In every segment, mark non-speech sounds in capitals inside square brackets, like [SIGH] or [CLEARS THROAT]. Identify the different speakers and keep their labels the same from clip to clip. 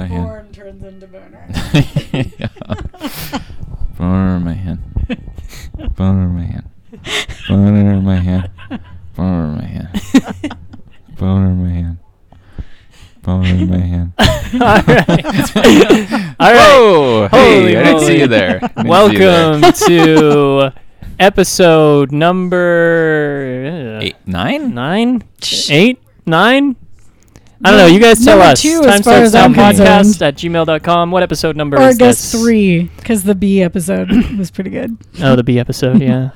Speaker 1: man.
Speaker 2: Porn turns into boner.
Speaker 1: [LAUGHS] Yeah. Boner man. Boner man. Boner man. Boner man. Boner man. Boner man.
Speaker 3: [LAUGHS] All
Speaker 1: [LAUGHS]
Speaker 3: right. All right.
Speaker 1: Whoa!
Speaker 3: Holy
Speaker 1: hey, I didn't see
Speaker 3: moly.
Speaker 1: you
Speaker 3: [LAUGHS]
Speaker 1: there. I didn't see you there.
Speaker 3: Welcome
Speaker 1: [LAUGHS]
Speaker 3: to episode number uh,
Speaker 1: Eight, nine?
Speaker 3: nine, eight, nine. I don't know. You guys tell
Speaker 2: Number
Speaker 3: us.
Speaker 2: two, as
Speaker 3: Time
Speaker 2: far
Speaker 3: starts
Speaker 2: as
Speaker 3: down
Speaker 2: I'm
Speaker 3: podcast
Speaker 2: concerned.
Speaker 3: at gmail.com. What episode number
Speaker 2: or I
Speaker 3: is
Speaker 2: guess
Speaker 3: this?
Speaker 2: three, because the B episode [COUGHS] was pretty good.
Speaker 3: Oh, the B episode. Yeah,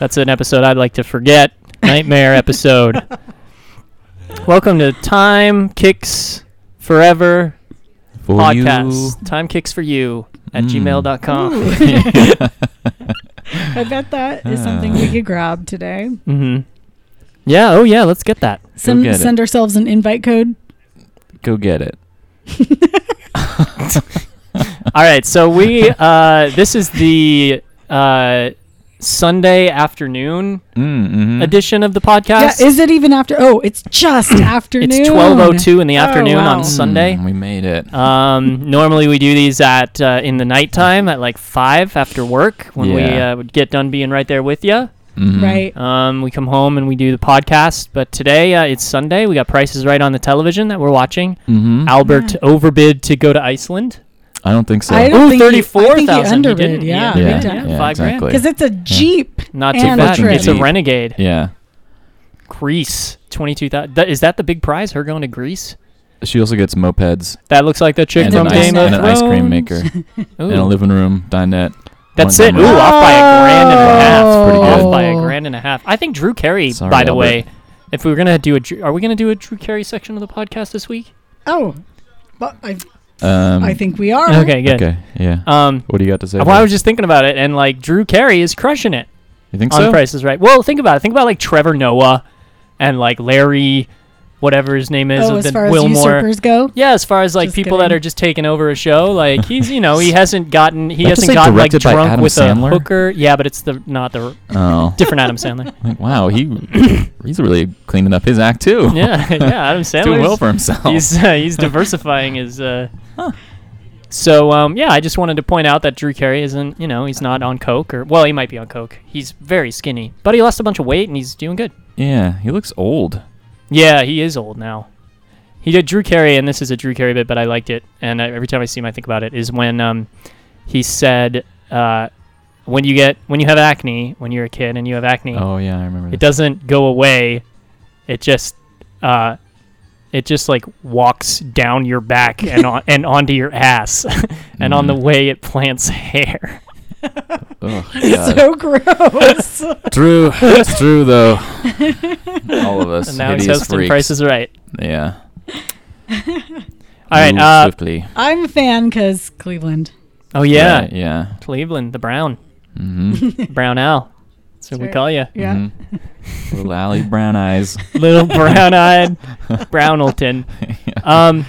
Speaker 3: that's an episode I'd like to forget.
Speaker 2: [LAUGHS]
Speaker 3: Nightmare episode. Welcome to Time Kicks Forever
Speaker 1: [LAUGHS] For
Speaker 3: podcast. Time Kicks for you at
Speaker 1: Mm.
Speaker 2: [LAUGHS]
Speaker 3: gmail.com.
Speaker 2: I bet that is something we
Speaker 3: [LAUGHS]
Speaker 2: could grab today. [LAUGHS]
Speaker 3: Mm-hmm. Yeah. Oh, yeah. Let's get that.
Speaker 2: Send,
Speaker 1: get it.
Speaker 2: send ourselves an invite code.
Speaker 1: Go get it.
Speaker 3: All right, so
Speaker 1: [LAUGHS]
Speaker 3: we uh, this is the uh, Sunday afternoon
Speaker 1: Mm, mhm.
Speaker 3: edition of the
Speaker 2: Yeah,
Speaker 3: podcast.
Speaker 2: is it even after? Oh, it's
Speaker 3: [CLEARS THROAT]
Speaker 2: just afternoon.
Speaker 3: it's twelve oh two in the
Speaker 2: Oh,
Speaker 3: afternoon
Speaker 2: wow.
Speaker 3: on Sunday.
Speaker 1: Mm, we made it.
Speaker 3: Um, normally we do these at uh, in the nighttime at like five after work when we
Speaker 1: Yeah.
Speaker 3: uh, would get done being right there with you.
Speaker 1: Mhm.
Speaker 2: Mm-hmm. Right.
Speaker 3: Um, we come home and we do the podcast. But today uh, it's Sunday. We got prices right on the television that we're watching.
Speaker 2: Mm-hmm.
Speaker 1: Mhm.
Speaker 3: Albert overbid to go to Iceland.
Speaker 1: I don't think so.
Speaker 2: I don't
Speaker 3: Ooh,
Speaker 2: think he- I think he
Speaker 3: 34,000, he
Speaker 2: underbid,
Speaker 3: didn't,
Speaker 2: Yeah,
Speaker 3: yeah.
Speaker 1: yeah,
Speaker 2: big time.
Speaker 1: yeah,
Speaker 3: Five grand.
Speaker 1: exactly.
Speaker 2: Because it's a jeep.
Speaker 3: Not too
Speaker 2: And
Speaker 1: a
Speaker 3: bad.
Speaker 1: trip.
Speaker 3: It's a
Speaker 1: Jeep.
Speaker 3: renegade.
Speaker 1: Yeah.
Speaker 3: Greece, twenty-two thousand. Th- is that the big prize? Her going to Greece?
Speaker 1: She also gets mopeds
Speaker 3: That looks like the chick
Speaker 1: and,
Speaker 3: from
Speaker 1: an
Speaker 2: the
Speaker 1: ice,
Speaker 3: Game
Speaker 1: and
Speaker 2: dinette.
Speaker 3: of
Speaker 1: an ice cream
Speaker 3: Thrones.
Speaker 1: maker
Speaker 3: Ooh.
Speaker 1: and a living room dinette.
Speaker 3: That's
Speaker 1: one
Speaker 3: it. Ooh,
Speaker 1: time out.
Speaker 3: off by a grand
Speaker 2: Oh.
Speaker 3: and a half.
Speaker 1: That's pretty good.
Speaker 3: Off by a grand and a half. I think Drew Carey.
Speaker 1: Sorry,
Speaker 3: by the
Speaker 1: Albert.
Speaker 3: way, if we were gonna do a, Drew- are we gonna do a Drew Carey section of the podcast this week?
Speaker 2: Oh, but I,
Speaker 1: Um,
Speaker 2: I think we are.
Speaker 3: Okay, good.
Speaker 1: Okay. Yeah.
Speaker 3: Um,
Speaker 1: what do you got to say?
Speaker 3: well, I
Speaker 1: there?
Speaker 3: was just thinking about it, and like Drew Carey is crushing it
Speaker 1: you think
Speaker 3: on
Speaker 1: so?
Speaker 3: prices, right? Well, think about it. Think about like Trevor Noah and like Larry, whatever his name is,
Speaker 2: Oh,
Speaker 3: of
Speaker 2: as
Speaker 3: the
Speaker 2: far as
Speaker 3: Wilmore.
Speaker 2: usurpers go,
Speaker 3: Yeah, as far as like
Speaker 2: Just
Speaker 3: people that
Speaker 2: kidding.
Speaker 3: are just taking over a show, like he's
Speaker 2: [LAUGHS]
Speaker 3: you know he hasn't gotten he
Speaker 1: That just
Speaker 3: hasn't
Speaker 1: say
Speaker 3: gotten like
Speaker 1: directed by
Speaker 3: drunk
Speaker 1: Adam
Speaker 3: with
Speaker 1: Sandler?
Speaker 3: a hooker. Yeah, but it's the not the
Speaker 1: Oh,
Speaker 3: [LAUGHS] different Adam Sandler.
Speaker 1: like, wow. He
Speaker 3: [LAUGHS]
Speaker 1: he's really cleaning up his act too.
Speaker 3: yeah,
Speaker 1: [LAUGHS]
Speaker 3: yeah, Adam Sandler.
Speaker 1: doing well for himself.
Speaker 3: [LAUGHS] He's uh, he's diversifying his. Uh, So um, yeah, I just wanted to point out that Drew Carey isn't you know he's not on coke or well he might be on coke. He's very skinny, but he lost a bunch of weight and he's doing good.
Speaker 1: yeah, he looks old.
Speaker 3: Yeah, he is old now. He did Drew Carey, and this is a Drew Carey bit, but I liked it. And I, every time I see him, I think about it. Is when um, he said, uh, "When you get when you have acne when you're a kid and you have acne,
Speaker 1: Oh yeah, I remember.
Speaker 3: it
Speaker 1: this.
Speaker 3: doesn't go away. It just, uh, it just like walks down your back
Speaker 1: [LAUGHS]
Speaker 3: and on, and onto your ass, [LAUGHS] and on the
Speaker 1: Hmm.
Speaker 3: way it plants [LAUGHS] hair. [LAUGHS]
Speaker 1: Ugh, Oh, God.
Speaker 2: [LAUGHS] so gross. [LAUGHS]
Speaker 1: Drew, it's Drew though.
Speaker 3: [LAUGHS]
Speaker 1: All of us
Speaker 3: and now he's
Speaker 1: hideous
Speaker 3: hosting
Speaker 1: freaks.
Speaker 3: Price is Right.
Speaker 1: Yeah.
Speaker 3: All right.
Speaker 1: Move
Speaker 3: Uh,
Speaker 1: swiftly.
Speaker 2: I'm a fan because Cleveland.
Speaker 3: oh yeah,
Speaker 1: Right, yeah.
Speaker 3: Cleveland, the Brown, [LAUGHS]
Speaker 1: Mm-hmm.
Speaker 2: [LAUGHS]
Speaker 3: Brown Owl. So we
Speaker 2: right.
Speaker 3: call you.
Speaker 2: Yeah.
Speaker 1: Mm-hmm. Little alley brown eyes. [LAUGHS]
Speaker 3: little brown-eyed brownleton um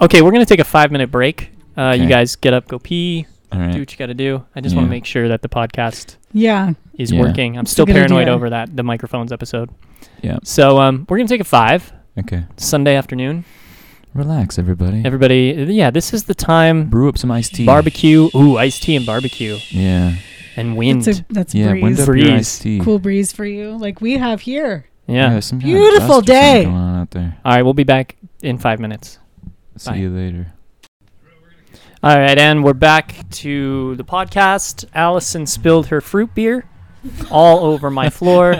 Speaker 3: okay we're gonna take a five minute break uh you
Speaker 1: Okay.
Speaker 3: guys get up go pee
Speaker 1: All
Speaker 3: do
Speaker 1: right.
Speaker 3: what you gotta do i just want to
Speaker 1: Yeah.
Speaker 3: make sure that the podcast
Speaker 2: Yeah.
Speaker 3: is
Speaker 1: Yeah.
Speaker 3: working i'm
Speaker 2: It's a
Speaker 3: still
Speaker 2: good
Speaker 3: paranoid
Speaker 2: idea.
Speaker 3: over that the microphones episode
Speaker 1: Yeah.
Speaker 3: so um we're gonna take a five
Speaker 1: Okay.
Speaker 3: sunday afternoon
Speaker 1: Relax, everybody.
Speaker 3: everybody yeah this is the time
Speaker 1: Brew up some iced tea.
Speaker 3: barbecue ooh iced tea and barbecue
Speaker 1: Yeah.
Speaker 3: and wind
Speaker 2: That's a that's
Speaker 1: Yeah.
Speaker 2: breeze.
Speaker 1: Wind up
Speaker 3: Breeze.
Speaker 1: your iced tea.
Speaker 2: Cool breeze for you, like we have here.
Speaker 3: yeah,
Speaker 1: there's some kind of
Speaker 2: Beautiful
Speaker 1: dust or something
Speaker 2: day.
Speaker 1: Going on out there.
Speaker 3: all right we'll be back in five minutes
Speaker 1: See
Speaker 3: Bye.
Speaker 1: you later.
Speaker 3: all right and we're back to the podcast allison spilled her fruit beer all over
Speaker 1: [LAUGHS]
Speaker 3: my floor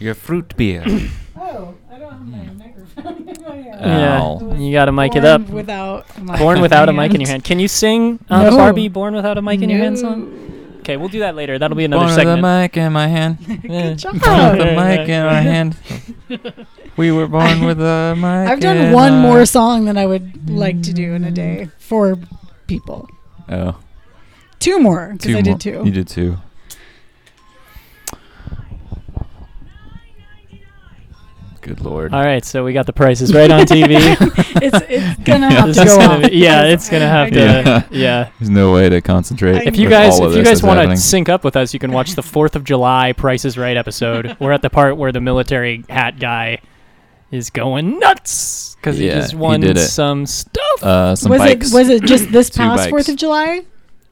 Speaker 1: Your fruit beer.
Speaker 2: Oh, I don't have my microphone in my hand.
Speaker 3: Hmm. Yeah,
Speaker 1: Ow.
Speaker 3: you got to mic it up.
Speaker 2: Without a mic
Speaker 3: Born without a mic in your hand. Can you sing um,
Speaker 2: No.
Speaker 3: Barbie "Born Without a Mic in Your Hand" song?
Speaker 2: No.
Speaker 3: Okay, we'll do that later. That'll be another
Speaker 1: Born
Speaker 3: segment.
Speaker 1: with a mic in my
Speaker 2: [LAUGHS]
Speaker 1: hand.
Speaker 3: Good
Speaker 2: job.
Speaker 1: Born with a
Speaker 3: Very
Speaker 1: mic
Speaker 3: nice.
Speaker 1: in our
Speaker 2: [LAUGHS]
Speaker 1: hand. We were born with a mic.
Speaker 2: I've
Speaker 1: in
Speaker 2: done one
Speaker 1: our-
Speaker 2: more song than I would like to do in a day for people.
Speaker 1: Oh,
Speaker 2: Two more because
Speaker 1: two
Speaker 2: I
Speaker 1: more.
Speaker 2: did two.
Speaker 1: You did two. Good lord.
Speaker 3: All right, so we got the prices right on
Speaker 1: [LAUGHS]
Speaker 3: TV.
Speaker 2: [LAUGHS] it's
Speaker 3: [LAUGHS]
Speaker 2: it's gonna
Speaker 1: Yeah.
Speaker 2: have
Speaker 3: This
Speaker 2: to
Speaker 3: is
Speaker 2: go
Speaker 3: gonna
Speaker 2: on.
Speaker 3: be- yeah, it's gonna have to. Yeah.
Speaker 1: Yeah.
Speaker 3: [LAUGHS]
Speaker 1: There's no way to concentrate.
Speaker 3: If you
Speaker 1: with
Speaker 3: guys,
Speaker 1: all of
Speaker 3: if you
Speaker 1: this
Speaker 3: guys
Speaker 1: that's
Speaker 3: want to
Speaker 1: happening.
Speaker 3: sync up with us, you can watch the [LAUGHS] Fourth of July "Prices Right" episode. We're at the part where the military hat guy is going nuts because
Speaker 1: Yeah,
Speaker 3: he just
Speaker 1: he
Speaker 3: won
Speaker 1: did it.
Speaker 3: some stuff.
Speaker 1: Uh, [LAUGHS] some
Speaker 2: was
Speaker 1: bikes.
Speaker 2: it was it
Speaker 1: [CLEARS THROAT]
Speaker 2: just this
Speaker 1: Two
Speaker 2: past
Speaker 1: bikes.
Speaker 2: Fourth of July?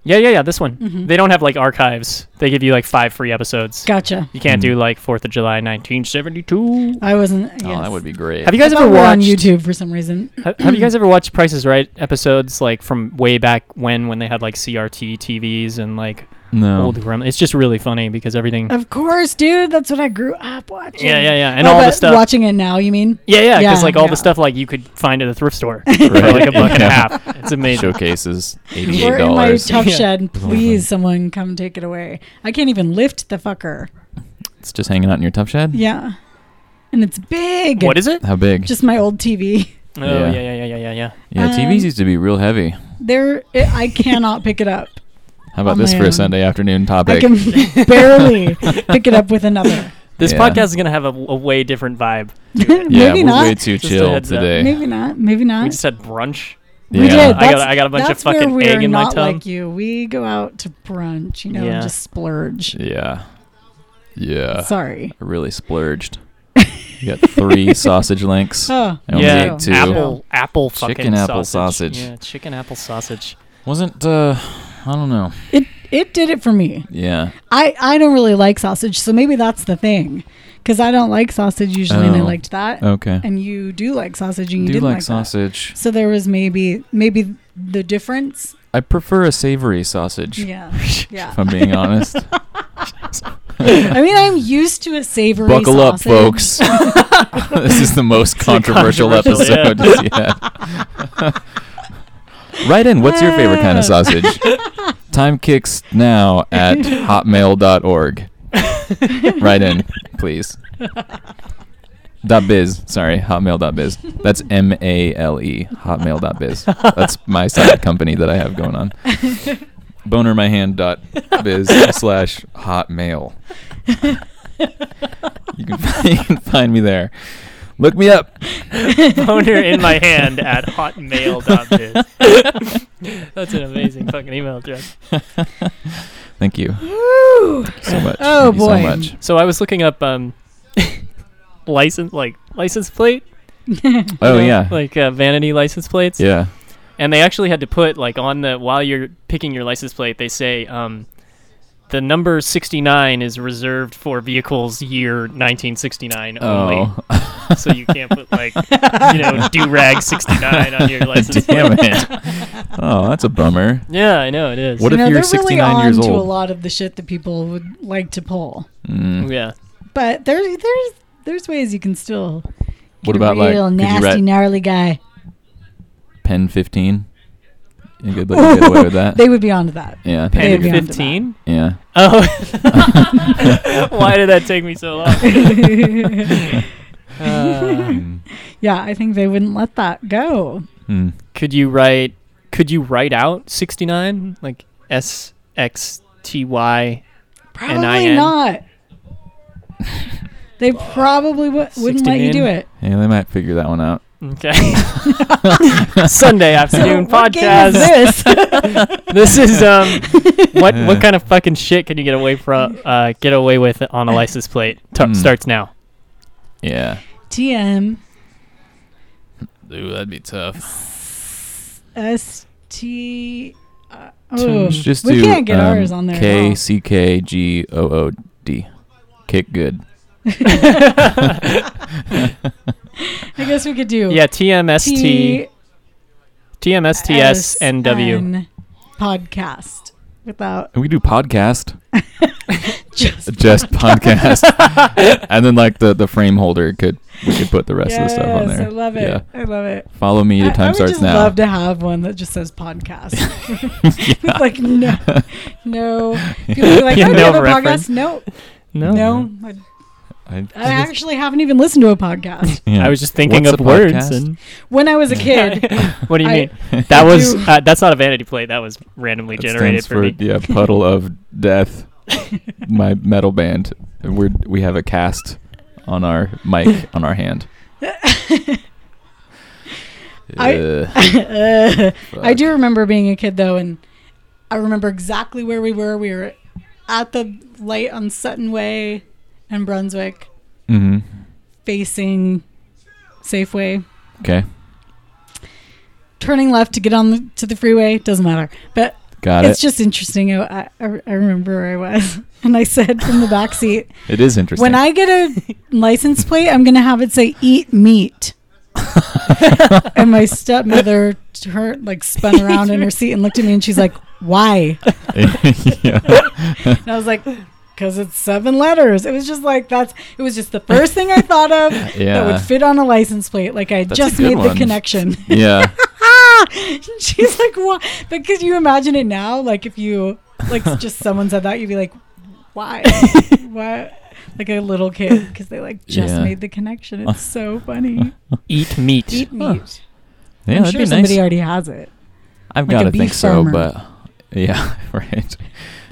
Speaker 3: Yeah, yeah, yeah. This one.
Speaker 2: Mhm.
Speaker 3: They don't have like archives. They give you like five free episodes.
Speaker 2: Gotcha.
Speaker 3: You can't
Speaker 1: Mm.
Speaker 3: do like Fourth of July, nineteen seventy-two.
Speaker 2: I wasn't.
Speaker 1: oh, that would be great.
Speaker 3: Have you guys
Speaker 2: I
Speaker 3: ever
Speaker 2: thought we were on
Speaker 3: watched
Speaker 2: YouTube for some reason?
Speaker 3: Ha- [CLEARS THROAT] Have you guys ever watched Price is Right episodes like from way back when when they had like CRT TVs and like
Speaker 1: no.
Speaker 3: old grem? It's just really funny because everything.
Speaker 2: Of course, dude. That's what I grew up watching.
Speaker 3: Yeah, yeah, yeah, and
Speaker 2: Oh,
Speaker 3: all the
Speaker 2: but
Speaker 3: stuff.
Speaker 2: Watching it now, you mean?
Speaker 3: yeah, yeah, because
Speaker 2: Yeah,
Speaker 3: like all
Speaker 2: yeah.
Speaker 3: the stuff like you could find at a thrift
Speaker 2: [LAUGHS]
Speaker 3: store for
Speaker 1: Right.
Speaker 3: like a buck and
Speaker 1: Yeah.
Speaker 3: a half. It's amazing.
Speaker 1: Showcases
Speaker 2: Or
Speaker 1: eighty-eight
Speaker 2: in my
Speaker 1: dollars.
Speaker 2: tough
Speaker 3: Yeah. [LAUGHS]
Speaker 2: shed. Please, someone come take it away. I can't even lift the fucker.
Speaker 1: It's just hanging out in your tough shed.
Speaker 2: Yeah, and it's big.
Speaker 3: What
Speaker 2: [LAUGHS]
Speaker 3: is it?
Speaker 1: How big?
Speaker 2: Just my old TV.
Speaker 3: Oh
Speaker 1: Yeah.
Speaker 3: yeah, yeah, yeah, yeah, yeah, yeah.
Speaker 1: yeah,
Speaker 2: um,
Speaker 1: TVs used to be real heavy.
Speaker 2: There, it, I cannot pick it up.
Speaker 1: How about
Speaker 2: on
Speaker 1: this
Speaker 2: my
Speaker 1: for a
Speaker 2: own.
Speaker 1: Sunday afternoon
Speaker 2: Oh, I
Speaker 1: topic?
Speaker 2: can [LAUGHS] barely pick it up with another. [LAUGHS]
Speaker 3: This
Speaker 1: Yeah.
Speaker 3: podcast is gonna have a, a way different vibe.
Speaker 1: yeah, we're
Speaker 2: maybe not.
Speaker 1: way too
Speaker 3: Just a
Speaker 1: chill
Speaker 3: heads up.
Speaker 1: today.
Speaker 2: Maybe not. Maybe
Speaker 3: We
Speaker 2: not.
Speaker 3: just had brunch.
Speaker 2: We
Speaker 1: yeah.
Speaker 2: did.
Speaker 3: I got
Speaker 2: That's-
Speaker 3: I got a bunch of
Speaker 2: That's where
Speaker 3: fucking
Speaker 2: we
Speaker 3: egg
Speaker 2: are
Speaker 3: in my
Speaker 2: not
Speaker 3: tongue.
Speaker 2: like you. We go out to brunch, you know,
Speaker 3: Yeah.
Speaker 2: and just splurge.
Speaker 1: Yeah. Yeah.
Speaker 2: Sorry.
Speaker 1: I really splurged. you
Speaker 2: [LAUGHS]
Speaker 1: got three sausage links.
Speaker 2: Oh,
Speaker 1: I only
Speaker 3: yeah,
Speaker 1: ate two.
Speaker 3: apple apple fucking
Speaker 1: Chicken apple
Speaker 3: sausage.
Speaker 1: sausage.
Speaker 3: Yeah, chicken apple sausage.
Speaker 1: Wasn't uh I don't know.
Speaker 2: it it did it for me.
Speaker 1: Yeah.
Speaker 2: I I don't really like sausage, so maybe that's the thing, because I don't like sausage usually, and I
Speaker 1: Oh.
Speaker 2: liked that.
Speaker 1: Okay.
Speaker 2: And you do like sausage, and you
Speaker 1: do
Speaker 2: didn't
Speaker 1: like,
Speaker 2: like, sausage.
Speaker 1: sausage.
Speaker 2: So there was maybe maybe the difference.
Speaker 1: I prefer a savory sausage.
Speaker 2: Yeah, yeah.
Speaker 1: [LAUGHS] If I'm
Speaker 2: [LAUGHS]
Speaker 1: being honest.
Speaker 2: I mean, I'm used to a savory.
Speaker 1: Buckle up,
Speaker 2: sausage. [LAUGHS]
Speaker 1: folks.
Speaker 3: [LAUGHS]
Speaker 1: this is the most
Speaker 3: It's a
Speaker 1: controversial,
Speaker 3: controversial,
Speaker 1: episode
Speaker 3: [LAUGHS]
Speaker 1: yet. Write in what's your favorite kind of sausage? Time kicks now
Speaker 3: [LAUGHS]
Speaker 1: at hotmail.org. Write
Speaker 2: [LAUGHS]
Speaker 1: in, please. Dot biz. Sorry, hotmail.biz. That's M A L E, hotmail.biz. That's my side company that I have going on. Bonermyhand.biz slash hotmail. You can, [LAUGHS] you can find me there. Look me up.
Speaker 3: [LAUGHS] Boner in my hand at hotmail.biz.
Speaker 1: [LAUGHS]
Speaker 3: That's an amazing fucking email address.
Speaker 1: Thank you
Speaker 2: Woo!
Speaker 1: so much.
Speaker 2: Oh,
Speaker 1: Thank
Speaker 2: boy.
Speaker 1: You so much.
Speaker 3: So I was looking up um [LAUGHS] license like license plate. you
Speaker 1: Oh
Speaker 3: know,
Speaker 1: yeah.
Speaker 3: Like uh, vanity license plates.
Speaker 1: yeah.
Speaker 3: And they actually had to put like on the while you're picking your license plate, they say um the number 69 is reserved for vehicles year 1969 only.
Speaker 1: Oh.
Speaker 3: So you can't
Speaker 1: [LAUGHS]
Speaker 3: put like you know do rag 69 on your license plate.
Speaker 1: Damn it. Oh, that's a bummer.
Speaker 3: Yeah, I know it is.
Speaker 1: What
Speaker 2: you
Speaker 1: if
Speaker 2: know,
Speaker 1: you're
Speaker 2: they're
Speaker 1: 69
Speaker 2: really
Speaker 1: years
Speaker 2: on to a
Speaker 1: old?
Speaker 2: lot of the shit that people would like to pull.
Speaker 1: Mm.
Speaker 3: yeah.
Speaker 2: But there's there's there's ways you can still.
Speaker 1: What
Speaker 2: get a
Speaker 1: about like
Speaker 2: real
Speaker 1: could you
Speaker 2: nasty,
Speaker 1: write
Speaker 2: gnarly guy?
Speaker 1: pen 15? You could like,
Speaker 2: [LAUGHS]
Speaker 1: get away with that.
Speaker 2: They would be onto that.
Speaker 1: yeah. I think
Speaker 2: Pen
Speaker 1: you
Speaker 3: Pen
Speaker 2: Maybe
Speaker 1: could-
Speaker 2: onto that.
Speaker 3: 15?
Speaker 1: Yeah.
Speaker 2: [LAUGHS]
Speaker 3: Oh.
Speaker 1: [LAUGHS]
Speaker 3: [LAUGHS] Why did that take me so long?
Speaker 2: [LAUGHS]
Speaker 3: Uh,
Speaker 1: Mm.
Speaker 2: yeah, I think they wouldn't let that go.
Speaker 1: Mm.
Speaker 3: could you write could you write out 69 like S X T Y?
Speaker 2: Probably
Speaker 3: NIN?
Speaker 2: not. They probably w- wouldn't let you do
Speaker 3: 69?
Speaker 2: it.
Speaker 1: Yeah, they might figure that one out.
Speaker 3: Okay. [LAUGHS] Sunday afternoon
Speaker 2: [LAUGHS] So what game is
Speaker 3: podcast.
Speaker 2: this?
Speaker 3: [LAUGHS] This is um what what
Speaker 1: [LAUGHS]
Speaker 3: kind of fucking shit can you get away from uh get away with on a license plate? Tar-
Speaker 1: Hmm.
Speaker 3: Starts now.
Speaker 1: Yeah.
Speaker 2: TM
Speaker 1: Ooh, that'd be tough.
Speaker 2: S T. uh, Oh,
Speaker 1: Let's just
Speaker 2: we
Speaker 1: do
Speaker 2: can't get
Speaker 1: um,
Speaker 2: ours on there. at
Speaker 1: K
Speaker 2: all.
Speaker 1: C K G O O D. Kick good.
Speaker 2: I guess we could do
Speaker 3: Yeah, TMST TMSTSNW.
Speaker 2: TSNW podcast without
Speaker 1: We could do podcast.
Speaker 2: [LAUGHS] just
Speaker 1: [LAUGHS] just
Speaker 2: [LAUGHS]
Speaker 1: podcast. and then like the the frame holder could we could put the rest of the stuff on
Speaker 2: Yes,
Speaker 1: there.
Speaker 2: I love it. I love it.
Speaker 1: Follow me to
Speaker 2: I, I
Speaker 1: time
Speaker 2: would
Speaker 1: starts
Speaker 2: just
Speaker 1: now.
Speaker 2: love to have one that just says
Speaker 1: [LAUGHS]
Speaker 2: podcast. [LAUGHS]
Speaker 1: Yeah.
Speaker 2: With like no,
Speaker 1: [LAUGHS]
Speaker 2: no. People be like, oh,
Speaker 3: Yeah,
Speaker 2: do you
Speaker 3: no
Speaker 2: have a
Speaker 3: reference.
Speaker 2: podcast? No,
Speaker 1: Oh.
Speaker 3: No.
Speaker 2: no. I,
Speaker 1: I,
Speaker 2: I actually haven't even listened to a podcast.
Speaker 1: yeah.
Speaker 3: I was just thinking
Speaker 1: What's
Speaker 3: of
Speaker 1: a
Speaker 3: words.
Speaker 1: podcast?
Speaker 3: And
Speaker 2: When I
Speaker 1: [LAUGHS]
Speaker 2: was a kid,
Speaker 3: [LAUGHS] what do you
Speaker 2: I-
Speaker 3: mean?
Speaker 2: [LAUGHS]
Speaker 3: That was
Speaker 2: do-
Speaker 3: uh, that's not a vanity plate. That was randomly
Speaker 1: It
Speaker 3: generated
Speaker 1: stands
Speaker 3: for, me.
Speaker 1: yeah puddle of
Speaker 2: [LAUGHS]
Speaker 1: death. my metal band. We're we have a cast on our mic on our hand.
Speaker 2: [LAUGHS] I-
Speaker 1: Ugh,
Speaker 2: uh, I
Speaker 1: fuck.
Speaker 2: do remember being a kid though, and I remember exactly where we were. We were at the light on
Speaker 1: Mm-hmm.
Speaker 2: Sutton Way in Brunswick,
Speaker 1: Mhm.
Speaker 2: facing Safeway.
Speaker 1: Okay.
Speaker 2: Turning left to get on the, to the freeway doesn't matter, but
Speaker 1: Got
Speaker 2: it's
Speaker 1: it.
Speaker 2: just interesting. I, I, I remember where I was, [LAUGHS] and I said from the back seat,
Speaker 1: It is interesting.
Speaker 2: when I get a license plate, I'm gonna have it say "Eat meat." [LAUGHS] and my stepmother turned, like spun around in her seat and looked at me, and she's like, "Why?"
Speaker 1: [LAUGHS]
Speaker 2: [LAUGHS]
Speaker 1: yeah.
Speaker 2: And I was like, "Cause it's seven letters." It was just like that's. It was just the first thing I thought
Speaker 1: [LAUGHS]
Speaker 2: of that
Speaker 1: Yeah.
Speaker 2: would fit on a license plate. Like I
Speaker 1: That's a
Speaker 2: just
Speaker 1: good
Speaker 2: made
Speaker 1: one.
Speaker 2: the connection.
Speaker 1: [LAUGHS] yeah.
Speaker 2: [LAUGHS] she's like, "What?" But could you imagine it now? Like if you
Speaker 1: [LAUGHS]
Speaker 2: like just someone said that, you'd be like, "Why? Why?" Like a little kid because they like just
Speaker 1: Yeah.
Speaker 2: made the connection. It's so
Speaker 1: [LAUGHS]
Speaker 2: funny.
Speaker 3: Eat meat.
Speaker 2: Eat meat.
Speaker 1: Huh. Yeah,
Speaker 2: I'm
Speaker 1: that'd
Speaker 2: sure
Speaker 1: be
Speaker 2: somebody
Speaker 1: nice.
Speaker 2: already has it.
Speaker 1: I've
Speaker 2: like a
Speaker 1: got to think
Speaker 2: beef
Speaker 1: so,
Speaker 2: farmer.
Speaker 1: but yeah, [LAUGHS] right.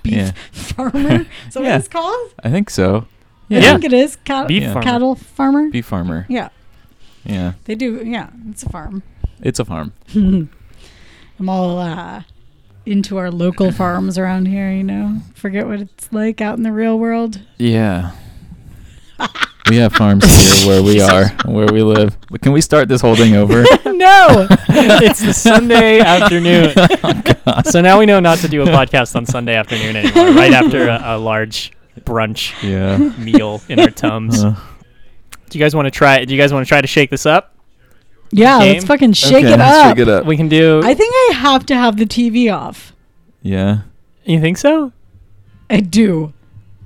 Speaker 2: Beef
Speaker 1: Yeah.
Speaker 2: farmer. Is
Speaker 1: Yeah.
Speaker 2: that what it's called?
Speaker 1: I think so.
Speaker 2: I
Speaker 1: Yeah.
Speaker 3: Yeah.
Speaker 1: [LAUGHS]
Speaker 2: think it is. Cat-
Speaker 3: Beef
Speaker 1: Yeah.
Speaker 3: farmer.
Speaker 2: Cattle farmer.
Speaker 1: Beef farmer.
Speaker 2: Yeah,
Speaker 1: Yeah.
Speaker 2: they do. Yeah, it's a farm.
Speaker 1: It's a farm.
Speaker 2: [LAUGHS] I'm all uh, into our [LAUGHS] local farms around here. You know, forget what it's like out in the real world.
Speaker 1: Yeah. [LAUGHS] we have farms here where we are, where we live. But Can we start this whole thing
Speaker 2: [LAUGHS]
Speaker 1: over?
Speaker 2: [LAUGHS] no.
Speaker 3: it's
Speaker 1: [LAUGHS]
Speaker 3: the
Speaker 1: Oh,
Speaker 3: Sunday afternoon. so now we know not to do a podcast on Sunday afternoon anymore, right after a, a large brunch
Speaker 2: [LAUGHS]
Speaker 1: yeah.
Speaker 3: meal in our tums.
Speaker 1: Uh,
Speaker 3: Do you guys want to try? Do you guys want to try to shake this up?
Speaker 2: Yeah,
Speaker 3: game?
Speaker 2: let's fucking shake
Speaker 1: okay,
Speaker 2: it
Speaker 1: let's
Speaker 2: up.
Speaker 1: Shake it up.
Speaker 3: We can do.
Speaker 2: I think I have to have the TV off.
Speaker 1: yeah.
Speaker 3: you think so?
Speaker 1: [LAUGHS]
Speaker 2: I do.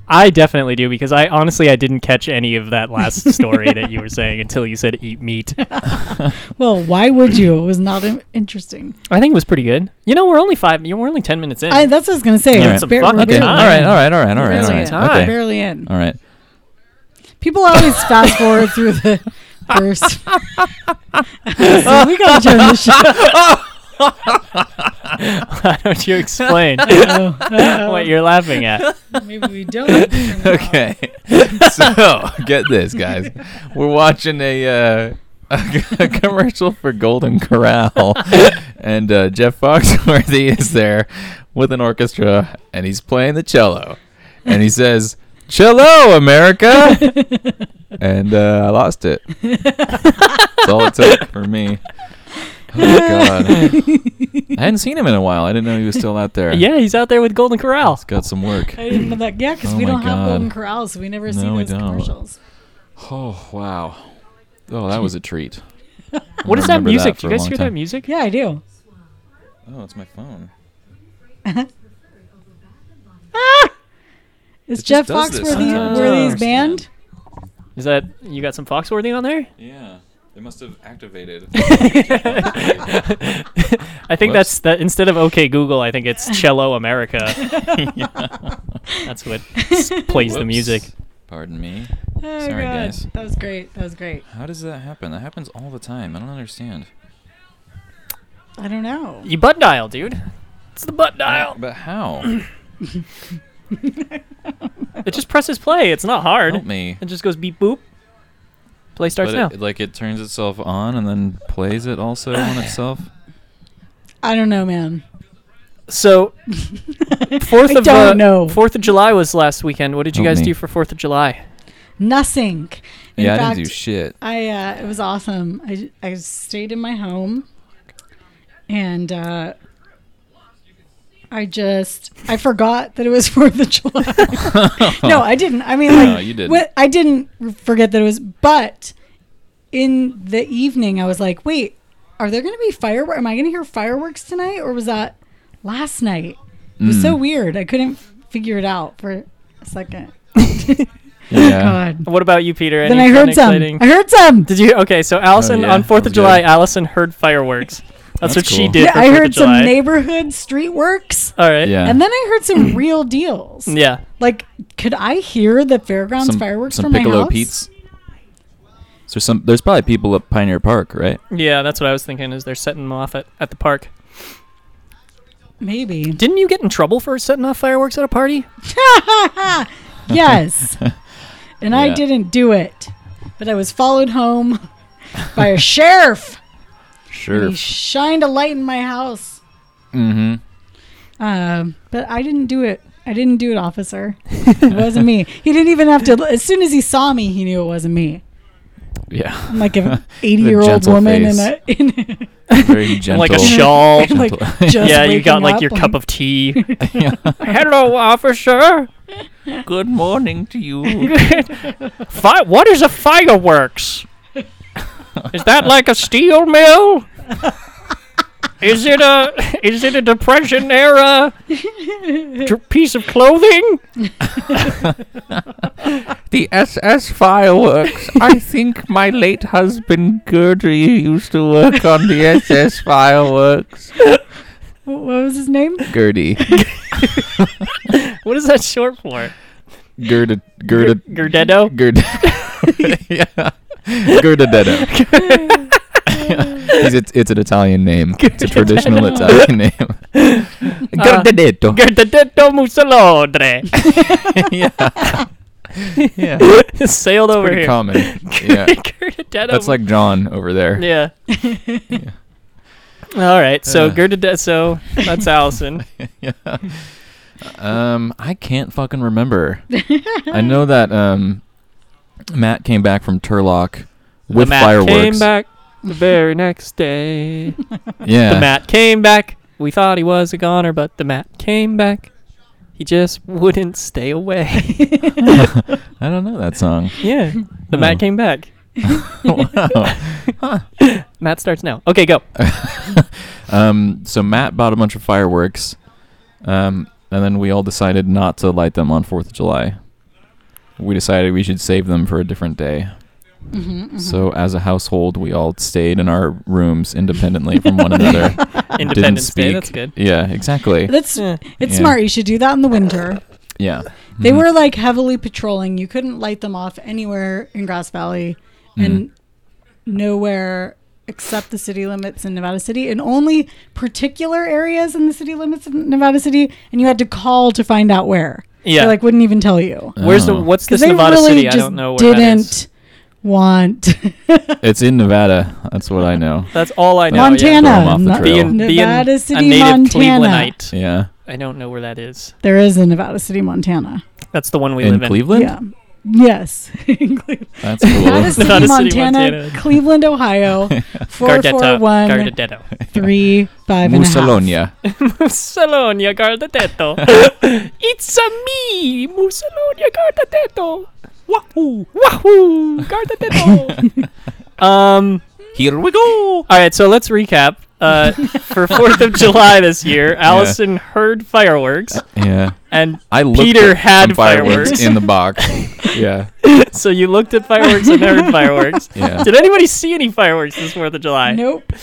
Speaker 3: I definitely do because I honestly I didn't catch any of that last story that you were saying until you said
Speaker 1: [LAUGHS]
Speaker 3: eat meat.
Speaker 2: Well, why would you? It was not in- interesting.
Speaker 3: I think it was pretty good. You know, we're only five. You know, we're only ten minutes in. [LAUGHS]
Speaker 2: I, that's what I was gonna say.
Speaker 1: All
Speaker 2: It's
Speaker 1: right.
Speaker 2: bar-
Speaker 3: Some
Speaker 2: we're
Speaker 3: fucking
Speaker 1: Okay.
Speaker 2: barely
Speaker 1: All
Speaker 3: time.
Speaker 1: right.
Speaker 2: in.
Speaker 1: All right. All right. All
Speaker 2: Barely
Speaker 1: right. All right.
Speaker 2: in.
Speaker 3: time.
Speaker 1: Okay.
Speaker 2: Barely in.
Speaker 1: All right.
Speaker 2: People always fast forward through the
Speaker 1: [LAUGHS]
Speaker 2: first. [LAUGHS] So we gotta turn
Speaker 1: [LAUGHS]
Speaker 2: this shit.
Speaker 3: Why don't
Speaker 1: [LAUGHS]
Speaker 3: you explain
Speaker 2: Oh, [LAUGHS] uh-oh.
Speaker 3: what you're laughing at?
Speaker 2: Maybe we don't. have to turn it off.
Speaker 1: [LAUGHS]
Speaker 2: [LAUGHS]
Speaker 1: Okay. so get this, guys. We're watching a. Uh, [LAUGHS] a, a commercial for Golden Corral, and uh, Jeff Foxworthy is there with an orchestra, and he's playing the cello, and he says, "Cello, America," and uh, I lost it. That's all it took for me. Oh God, I hadn't seen him in a while. I didn't know he was still out there.
Speaker 3: Yeah, he's out there with Golden Corral.
Speaker 1: it's got some work.
Speaker 2: I didn't know that. Yeah, because
Speaker 1: Oh
Speaker 2: we
Speaker 1: my
Speaker 2: don't
Speaker 1: God.
Speaker 2: have Golden Corral, so we never see
Speaker 1: No, we
Speaker 2: those
Speaker 1: don't.
Speaker 2: commercials.
Speaker 1: Oh wow! Oh, that was a
Speaker 3: [LAUGHS]
Speaker 1: treat. I
Speaker 3: What is that
Speaker 1: remember
Speaker 3: music?
Speaker 1: for
Speaker 3: Do you
Speaker 1: a
Speaker 3: guys
Speaker 1: long
Speaker 3: hear that
Speaker 1: time.
Speaker 3: music?
Speaker 2: Yeah, I do.
Speaker 1: Oh, it's my phone.
Speaker 2: Is
Speaker 1: just
Speaker 2: Jeff
Speaker 1: does this
Speaker 2: Foxworthy
Speaker 3: sometimes.
Speaker 2: Worthy's
Speaker 3: Oh.
Speaker 2: band?
Speaker 3: Is that you got some Foxworthy on
Speaker 2: [LAUGHS]
Speaker 3: there? [LAUGHS]
Speaker 1: Yeah, they must have activated.
Speaker 3: I
Speaker 1: Whoops.
Speaker 3: think that's that. Instead of OK Google, I think it's Cello
Speaker 2: [LAUGHS]
Speaker 3: America. [LAUGHS] That's what s- [LAUGHS] plays the music.
Speaker 1: Pardon me.
Speaker 2: Oh
Speaker 1: Sorry,
Speaker 2: God,
Speaker 1: guys.
Speaker 2: that was great. That was great.
Speaker 1: How does that happen? That happens all the time. I don't understand.
Speaker 2: I don't know.
Speaker 3: You butt dial, dude. It's the butt dial.
Speaker 1: But
Speaker 3: [CLEARS THROAT]
Speaker 1: how?
Speaker 3: It just presses play. It's not hard.
Speaker 1: Help me.
Speaker 3: It just goes beep boop. Play starts
Speaker 1: But
Speaker 3: now.
Speaker 1: it, like it turns itself on and then plays it also
Speaker 3: [SIGHS]
Speaker 1: on itself.
Speaker 2: I don't know, man. [LAUGHS]
Speaker 3: so Fourth
Speaker 2: I
Speaker 3: of
Speaker 2: don't
Speaker 3: uh,
Speaker 2: know.
Speaker 3: Fourth of July was last weekend. What did you
Speaker 1: Help
Speaker 3: guys
Speaker 1: me.
Speaker 3: do for Fourth of July?
Speaker 2: Nothing. In
Speaker 1: yeah,
Speaker 2: fact,
Speaker 1: I didn't do
Speaker 3: [LAUGHS]
Speaker 1: shit.
Speaker 2: I uh, it was awesome. I, I stayed in my home, and uh, I just I forgot that it was [LAUGHS] Fourth of July. no,
Speaker 1: [LAUGHS]
Speaker 2: I didn't. I mean, like,
Speaker 1: No, [CLEARS THROAT] you didn't.
Speaker 2: what- I didn't forget that it was. But in the evening, I was like, wait, are there going to be fireworks? Am I going to hear fireworks tonight, or was that last night? It was
Speaker 1: Mm.
Speaker 2: so weird. I couldn't figure it out for a second.
Speaker 1: Yeah.
Speaker 2: God.
Speaker 3: What about you, Peter?
Speaker 2: Then
Speaker 3: Any
Speaker 2: I
Speaker 3: fun,
Speaker 2: heard some.
Speaker 3: exciting-
Speaker 2: I heard some.
Speaker 3: Did you? Okay, so Allison
Speaker 1: Oh, yeah,
Speaker 3: on Fourth
Speaker 1: that
Speaker 3: of
Speaker 1: was
Speaker 3: July,
Speaker 1: good.
Speaker 3: Allison heard fireworks. That's,
Speaker 1: That's
Speaker 3: what she
Speaker 1: cool.
Speaker 3: did.
Speaker 2: Yeah,
Speaker 3: for
Speaker 2: I
Speaker 3: 4th of
Speaker 2: heard some
Speaker 3: July.
Speaker 2: neighborhood street works.
Speaker 3: All right.
Speaker 1: Yeah.
Speaker 2: And then I heard
Speaker 1: [CLEARS THROAT]
Speaker 2: some real deals.
Speaker 3: Yeah.
Speaker 2: Like, could I hear the fairgrounds
Speaker 1: some
Speaker 2: fireworks
Speaker 1: some
Speaker 2: from my
Speaker 1: Piccolo
Speaker 2: house?
Speaker 1: Pete's. So some there's probably people up Pioneer Park, right?
Speaker 3: Yeah, that's what I was thinking. Is they're setting them off at, at the park?
Speaker 2: Maybe.
Speaker 3: Didn't you get in trouble for setting off fireworks at a party? [LAUGHS]
Speaker 2: Yes. and I
Speaker 1: Yeah.
Speaker 2: didn't do it, but I was followed home by a
Speaker 3: [LAUGHS]
Speaker 2: sheriff.
Speaker 1: Sure.
Speaker 2: He shined a light in my house.
Speaker 1: Mm-hmm.
Speaker 2: Um, but I didn't do it. I didn't do it,
Speaker 3: [LAUGHS]
Speaker 2: officer. it wasn't me. He didn't even have to. As soon as he saw me, he knew it wasn't me.
Speaker 3: [LAUGHS]
Speaker 1: Yeah.
Speaker 2: I'm like an 80 year old
Speaker 1: gentle
Speaker 2: woman
Speaker 1: face.
Speaker 2: in a in
Speaker 1: Very gentle.
Speaker 3: [LAUGHS] Like a shawl.
Speaker 2: like
Speaker 1: Gentle.
Speaker 2: [LAUGHS]
Speaker 1: [LAUGHS]
Speaker 2: just
Speaker 3: yeah, you
Speaker 2: waking
Speaker 3: got like
Speaker 2: up,
Speaker 3: your cup
Speaker 2: [LAUGHS]
Speaker 3: of tea.
Speaker 4: Hello, officer.
Speaker 1: Good morning to
Speaker 2: [LAUGHS]
Speaker 1: you.
Speaker 4: Fi- what is a fireworks? Is that like a steel mill? Is it a is it a depression era dr- piece of clothing?
Speaker 1: the SS fireworks. I think my late husband Gurdry used to work on
Speaker 2: [LAUGHS]
Speaker 1: the SS fireworks.
Speaker 2: Wh- What was his
Speaker 3: [LAUGHS]
Speaker 2: name?
Speaker 1: Gertie.
Speaker 3: what is that short for?
Speaker 1: Gerda. Gerda. [LAUGHS]
Speaker 3: Gurdetto? [LAUGHS]
Speaker 1: Gerd. yeah. Gerdadetto. it's, it's an Italian name. It's a traditional Italian name.
Speaker 3: [LAUGHS] Uh,
Speaker 1: Gerdadetto.
Speaker 3: Gurdetto musolodre.
Speaker 1: [LAUGHS] yeah. yeah.
Speaker 3: [LAUGHS] Sailed over
Speaker 1: Pretty
Speaker 3: here. [LAUGHS]
Speaker 1: common. Yeah.
Speaker 3: Gurdetto.
Speaker 1: That's like John over there.
Speaker 3: Yeah. [LAUGHS] All right. So
Speaker 1: Uh.
Speaker 3: Gurdetto. So
Speaker 1: [LAUGHS]
Speaker 3: that's Allison.
Speaker 1: yeah. Um, I can't fucking
Speaker 3: [LAUGHS]
Speaker 1: remember. I know that um, Matt came back from Turlock with
Speaker 3: Matt
Speaker 1: fireworks.
Speaker 3: Came back the very next day.
Speaker 1: Yeah.
Speaker 3: The Matt came back. We thought he was a goner, but the Matt came back. He just wouldn't
Speaker 1: [LAUGHS]
Speaker 3: stay away.
Speaker 1: I don't know that song. [LAUGHS]
Speaker 3: yeah. The
Speaker 1: Oh.
Speaker 3: Matt came back.
Speaker 1: wow.
Speaker 3: Matt starts now. Okay, go.
Speaker 1: Um, so Matt bought a bunch of fireworks, um, and then we all decided not to light them on Fourth of July. We decided we should save them for a different day.
Speaker 2: Mm-hmm,
Speaker 3: Mm-hmm.
Speaker 1: So as a household, we all stayed in our rooms independently from
Speaker 3: [LAUGHS]
Speaker 1: one another.
Speaker 3: Independence Day.
Speaker 1: Uh, speak.
Speaker 3: That's good.
Speaker 1: yeah, exactly.
Speaker 2: That's
Speaker 3: Yeah. Mm-hmm.
Speaker 2: it's
Speaker 1: Yeah.
Speaker 2: smart. You should do that in the winter.
Speaker 1: Yeah.
Speaker 2: They
Speaker 1: Mhm.
Speaker 2: were like heavily patrolling. You couldn't light them off anywhere in Grass Valley
Speaker 1: Mm-hmm.
Speaker 3: Mm.
Speaker 2: and nowhere except the city limits in Nevada City and only particular areas in the city limits of Nevada City. And you had to call to find out where.
Speaker 3: Yeah.
Speaker 2: They like wouldn't even tell you.
Speaker 3: Where's the
Speaker 1: Oh.
Speaker 3: what's
Speaker 2: Because
Speaker 3: this
Speaker 2: they
Speaker 3: Nevada
Speaker 2: really
Speaker 3: City? I
Speaker 2: just
Speaker 3: don't know where that is.
Speaker 2: didn't want
Speaker 1: It's in Nevada. That's what I know.
Speaker 3: That's all I know. yeah.
Speaker 2: Montana.
Speaker 1: Throw 'em off the
Speaker 2: not
Speaker 1: trail.
Speaker 3: Being, being
Speaker 2: Nevada
Speaker 3: a
Speaker 2: City,
Speaker 3: native
Speaker 2: Montana.
Speaker 3: Clevelandite,
Speaker 1: Yeah.
Speaker 3: I don't know where that is.
Speaker 2: There is a Nevada City, Montana.
Speaker 3: That's the one we
Speaker 1: in
Speaker 3: live
Speaker 1: Cleveland?
Speaker 2: Yeah. Yes. [LAUGHS] In Cleveland.
Speaker 1: That's cool.
Speaker 2: Nevada City,
Speaker 3: Nevada City,
Speaker 2: Montana,
Speaker 3: Montana.
Speaker 2: Cleveland,
Speaker 3: [LAUGHS]
Speaker 2: Ohio,
Speaker 3: in. Gardetta.
Speaker 2: 441,
Speaker 3: [LAUGHS]
Speaker 2: three, five and a half.
Speaker 1: Musalonia. [LAUGHS]
Speaker 3: Musolonia Gardatetto. it's a me, Musolonia Gardatetto. Wahoo! Wahoo!
Speaker 2: [LAUGHS]
Speaker 3: Gardatetto. um.
Speaker 1: Here we go.
Speaker 3: All right. So let's recap.
Speaker 2: [LAUGHS]
Speaker 3: Uh, for Fourth of July this year, Allison heard fireworks,
Speaker 1: Yeah.
Speaker 3: and
Speaker 1: I looked
Speaker 3: Peter
Speaker 1: at
Speaker 3: had
Speaker 1: some fireworks
Speaker 3: fireworks.
Speaker 1: in the box.
Speaker 3: [LAUGHS]
Speaker 1: yeah.
Speaker 3: so you looked at fireworks and
Speaker 2: [LAUGHS]
Speaker 3: heard
Speaker 1: [LAUGHS]
Speaker 3: fireworks.
Speaker 1: Yeah.
Speaker 3: Did anybody see any fireworks this Fourth of July?
Speaker 2: Nope.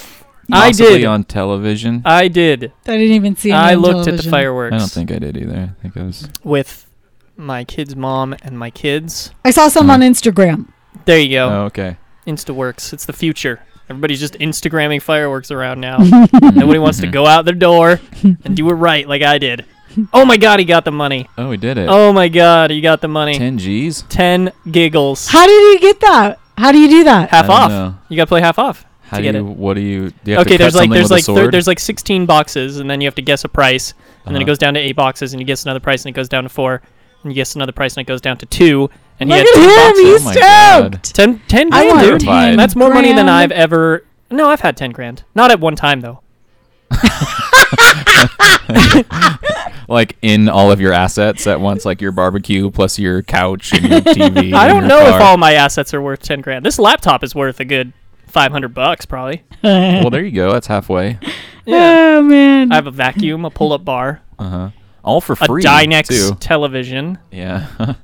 Speaker 3: I
Speaker 1: Possibly
Speaker 3: did.
Speaker 1: on television.
Speaker 3: I did.
Speaker 2: I didn't even see it.
Speaker 3: I
Speaker 2: on
Speaker 3: looked at the
Speaker 2: television.
Speaker 3: fireworks
Speaker 1: I don't think I did either. I think I was.
Speaker 3: with my kid's mom and my kids.
Speaker 2: I saw some
Speaker 1: Huh.
Speaker 2: on Instagram.
Speaker 3: There you go.
Speaker 1: Oh, okay.
Speaker 3: InstaWorks. It's the future. Everybody's just Instagramming fireworks
Speaker 1: [LAUGHS]
Speaker 3: around now.
Speaker 1: Mm-hmm.
Speaker 3: Nobody wants to go out their door and do it right like I did. Oh my god, he got the money.
Speaker 1: Oh, we did it.
Speaker 3: Oh my god, he got the money.
Speaker 1: 10 G's?
Speaker 3: Ten giggles.
Speaker 2: How did you get that? How do you do [LAUGHS] that?
Speaker 1: I
Speaker 3: Half
Speaker 1: don't
Speaker 3: off.
Speaker 1: know.
Speaker 3: You gotta play half off.
Speaker 1: How
Speaker 3: to
Speaker 1: do
Speaker 3: get
Speaker 1: you. What do you. Do you have
Speaker 3: Okay,
Speaker 1: to cut
Speaker 3: there's like
Speaker 1: something
Speaker 3: there's
Speaker 1: with a
Speaker 3: like thir-
Speaker 1: sword?
Speaker 3: there's like 16 boxes and then you have to guess a price and then it
Speaker 1: Uh-huh.
Speaker 3: goes down to eight boxes and you guess another price and it goes down to four and you guess another price and it goes down to two and
Speaker 2: Look
Speaker 3: he had
Speaker 2: at
Speaker 3: two
Speaker 2: him,
Speaker 3: boxes.
Speaker 2: he's
Speaker 1: Oh my
Speaker 2: stoked.
Speaker 1: God.
Speaker 3: Ten, ten
Speaker 2: I
Speaker 3: grand,
Speaker 2: want
Speaker 3: dude.
Speaker 1: terrified.
Speaker 3: That's more money than
Speaker 2: grand.
Speaker 3: I've ever. No, I've had ten grand. Not at one time though.
Speaker 1: Like in all of your assets at once, like your barbecue plus your couch and your
Speaker 3: [LAUGHS]
Speaker 1: TV.
Speaker 3: I
Speaker 1: and
Speaker 3: don't
Speaker 1: your
Speaker 3: know if
Speaker 1: car.
Speaker 3: all my assets are worth ten grand. This laptop is worth a good five hundred bucks probably.
Speaker 1: Well, there you go. That's halfway.
Speaker 3: Yeah.
Speaker 2: Oh man.
Speaker 3: I have a vacuum, a pull-up bar,
Speaker 1: Uh huh. All for
Speaker 3: a
Speaker 1: free.
Speaker 3: Dynex
Speaker 1: Too.
Speaker 3: television.
Speaker 1: Yeah. [LAUGHS]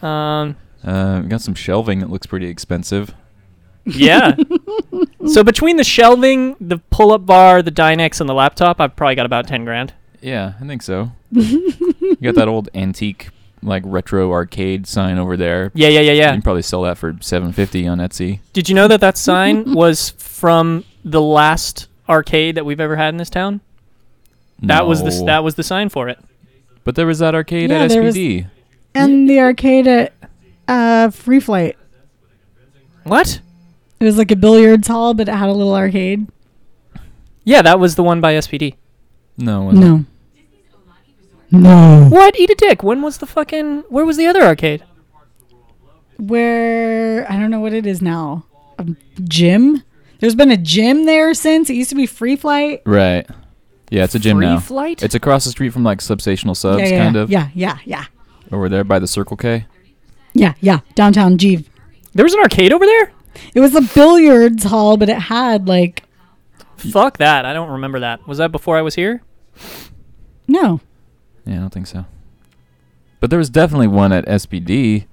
Speaker 3: Um,
Speaker 1: Uh, we got some shelving that looks pretty expensive.
Speaker 3: yeah. [LAUGHS] so between the shelving, the pull-up bar, the Dynex, and the laptop, I've probably got about ten grand.
Speaker 1: Yeah, I think so. you got that old antique, like retro arcade sign over there.
Speaker 3: Yeah, yeah, yeah,
Speaker 1: You
Speaker 3: yeah.
Speaker 1: can probably sell that for seven fifty on Etsy.
Speaker 3: Did you know that
Speaker 2: [LAUGHS]
Speaker 3: that sign was from the last arcade that we've ever had in this town? That was the
Speaker 1: No.
Speaker 3: that was the sign for it.
Speaker 1: But there was that arcade
Speaker 2: Yeah,
Speaker 1: at
Speaker 2: there was-
Speaker 1: SPD.
Speaker 2: and the arcade at uh, Free Flight.
Speaker 3: What?
Speaker 2: It was like a billiards hall, but it had a little arcade.
Speaker 3: Yeah, that was the one by SPD.
Speaker 1: No, it wasn't.
Speaker 2: No. No.
Speaker 3: What? Eat a dick. When was the fucking? Where was the other arcade?
Speaker 2: where I don't know what it is now. A gym. There's been a gym there since it used to be Free Flight.
Speaker 1: Right. Yeah, it's a gym
Speaker 4: Free
Speaker 1: now.
Speaker 4: flight?
Speaker 1: It's across the street from like substational subs,
Speaker 2: Yeah, yeah,
Speaker 1: kind
Speaker 2: yeah,
Speaker 1: of.
Speaker 2: yeah, yeah, yeah,
Speaker 1: Over there by the Circle K.
Speaker 2: yeah, yeah. Downtown Jeeve.
Speaker 3: There was an arcade over there?
Speaker 2: It was a billiards hall, but it had like
Speaker 3: Fuck that. I don't remember that. Was that before I was here?
Speaker 2: no.
Speaker 1: Yeah, I don't think so. But there was definitely one at SBD.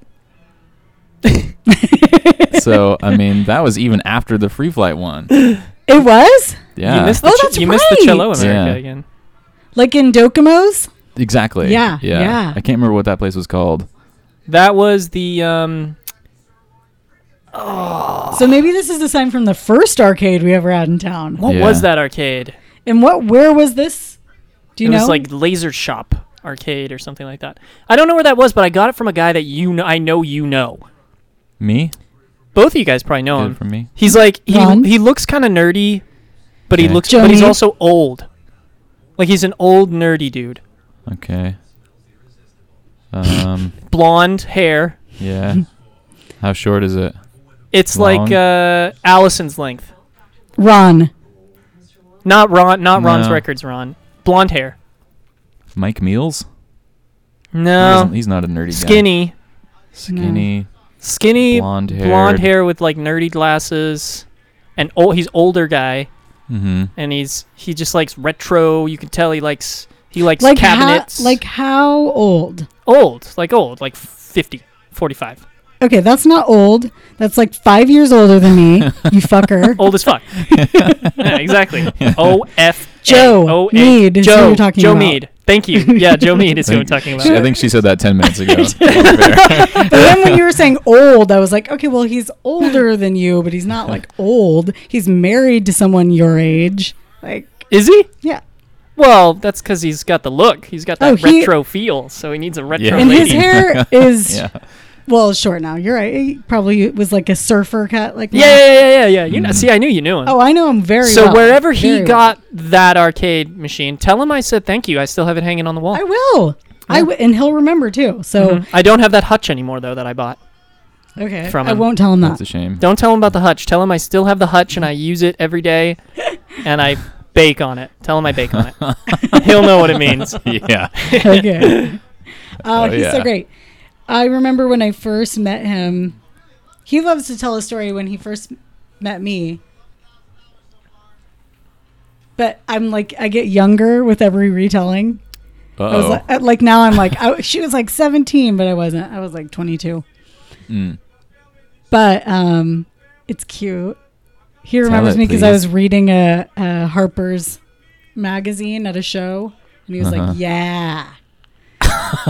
Speaker 1: so I mean, that was even after the free flight one.
Speaker 2: It was
Speaker 1: Yeah.
Speaker 3: You missed the,
Speaker 2: Oh,
Speaker 3: ch-
Speaker 2: that's
Speaker 3: you missed the Cello
Speaker 2: right.
Speaker 3: America
Speaker 1: Yeah.
Speaker 3: again.
Speaker 2: like in Docomo's.
Speaker 1: exactly.
Speaker 2: Yeah,
Speaker 1: yeah.
Speaker 2: yeah.
Speaker 1: I can't remember what that place was called.
Speaker 3: That was the um
Speaker 2: So maybe this is a sign from the first arcade we ever had in town.
Speaker 3: what
Speaker 1: Yeah.
Speaker 3: was that arcade?
Speaker 2: And what? Where was this? Do you
Speaker 3: it
Speaker 2: know?
Speaker 3: was like Laser Shop arcade or something like that. I don't know where that was, but I got it from a guy that you know I know you know.
Speaker 1: Me?
Speaker 3: Both of you guys probably know
Speaker 1: Get it
Speaker 3: him.
Speaker 1: from me?
Speaker 3: He's like he
Speaker 2: Ron?
Speaker 3: he looks kind of nerdy, but he
Speaker 1: Okay.
Speaker 3: looks but he's
Speaker 2: Johnny?
Speaker 3: also old. Like he's an old nerdy dude.
Speaker 1: Okay. Um.
Speaker 3: Blonde hair.
Speaker 1: yeah. How short is it?
Speaker 3: It's like
Speaker 1: Long?
Speaker 3: uh Allison's length.
Speaker 2: Ron.
Speaker 3: Not Ron not Ron's
Speaker 1: No.
Speaker 3: records Ron. Blonde hair.
Speaker 1: Mike Meals? He
Speaker 3: No.
Speaker 1: isn't- he's not a nerdy guy.
Speaker 3: Skinny.
Speaker 1: Skinny.
Speaker 3: skinny
Speaker 1: Blonde hair.
Speaker 3: blonde hair with like nerdy glasses and oh he's older guy
Speaker 1: Mm-hmm.
Speaker 3: and he's he just likes retro you can tell he likes he likes
Speaker 2: Like how?
Speaker 3: cabinets
Speaker 2: Like how old?
Speaker 3: old like old like 50 45
Speaker 2: Okay, that's not old. That's like five years older than me.
Speaker 3: [LAUGHS]
Speaker 2: you fucker.
Speaker 3: old as fuck [LAUGHS] yeah,
Speaker 1: [LAUGHS]
Speaker 3: exactly Oh. o f
Speaker 2: Joe
Speaker 3: o A.
Speaker 2: Mead is who
Speaker 3: joe
Speaker 2: you're talking
Speaker 3: joe
Speaker 2: about.
Speaker 3: mead
Speaker 2: [LAUGHS]
Speaker 3: thank you yeah joe mead is who i'm
Speaker 1: Think-
Speaker 3: talking about
Speaker 1: she- I think she said that 10 minutes
Speaker 3: [LAUGHS]
Speaker 1: ago.
Speaker 2: But then when you were saying old, I was like, okay, well he's older than you, but he's not like old. He's married to someone your age. Like
Speaker 3: is he
Speaker 2: yeah.
Speaker 3: well that's because he's got the look he's got that
Speaker 2: Oh, he-
Speaker 3: retro feel so he needs a retro
Speaker 1: Yeah.
Speaker 2: And his
Speaker 3: lady [LAUGHS]
Speaker 2: hair is
Speaker 1: yeah.
Speaker 2: well short now. You're right. It probably was like a surfer cut. Like
Speaker 3: yeah yeah yeah yeah yeah you know
Speaker 1: Mm.
Speaker 3: see i knew you knew him
Speaker 2: Oh, I know him very
Speaker 3: so
Speaker 2: well.
Speaker 3: wherever he
Speaker 2: Very well.
Speaker 3: got that arcade machine, tell him I said thank you. I still have it hanging on the wall.
Speaker 2: I will. I w- and he'll remember too. So
Speaker 3: Mhm. I don't have that hutch anymore though that I bought.
Speaker 2: okay,
Speaker 3: From
Speaker 2: I
Speaker 3: him.
Speaker 2: won't tell him
Speaker 3: [LAUGHS]
Speaker 1: That's
Speaker 2: that.
Speaker 1: a shame.
Speaker 3: Don't tell him about the hutch. Tell him I still have the hutch and I use it every day, and I bake on it. Tell him I bake on it. [LAUGHS] He'll know what it means.
Speaker 1: yeah.
Speaker 3: [LAUGHS]
Speaker 2: okay. Uh,
Speaker 1: Oh,
Speaker 2: he's so
Speaker 1: yeah.
Speaker 2: great. I remember when I first met him. He loves to tell a story when he first met me. But I'm like, I get younger with every retelling. I was
Speaker 1: Uh-oh.
Speaker 2: like, uh, like now I'm like, I, she was like 17, but I wasn't. I was like 22.
Speaker 1: Mm.
Speaker 2: But um, it's cute. He remembers
Speaker 1: it,
Speaker 2: me because I
Speaker 1: please.
Speaker 2: was reading a, a Harper's magazine at a show, and he was
Speaker 1: Uh-huh.
Speaker 2: like, "Yeah,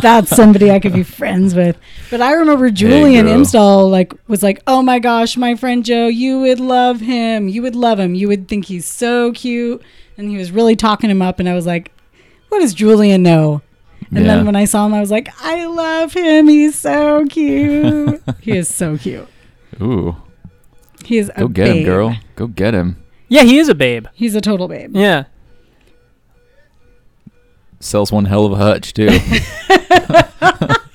Speaker 2: that's somebody I could be friends with." But I remember Julian
Speaker 1: girl.
Speaker 2: Imstall like was like, "Oh my gosh, my friend Joe, you would love him. You would love him. You would think he's so cute." And he was really talking him up, and I was like, "What does Julian know?" And
Speaker 1: Yeah.
Speaker 2: then when I saw him, I was like, "I love him. He's so cute. he is so cute."
Speaker 1: Ooh.
Speaker 2: He is a
Speaker 1: Go get him,
Speaker 2: babe.
Speaker 1: girl. Go get him.
Speaker 3: Yeah, he is a babe.
Speaker 2: He's a total [LAUGHS] babe.
Speaker 3: Yeah.
Speaker 1: Sells one hell of a hutch, too.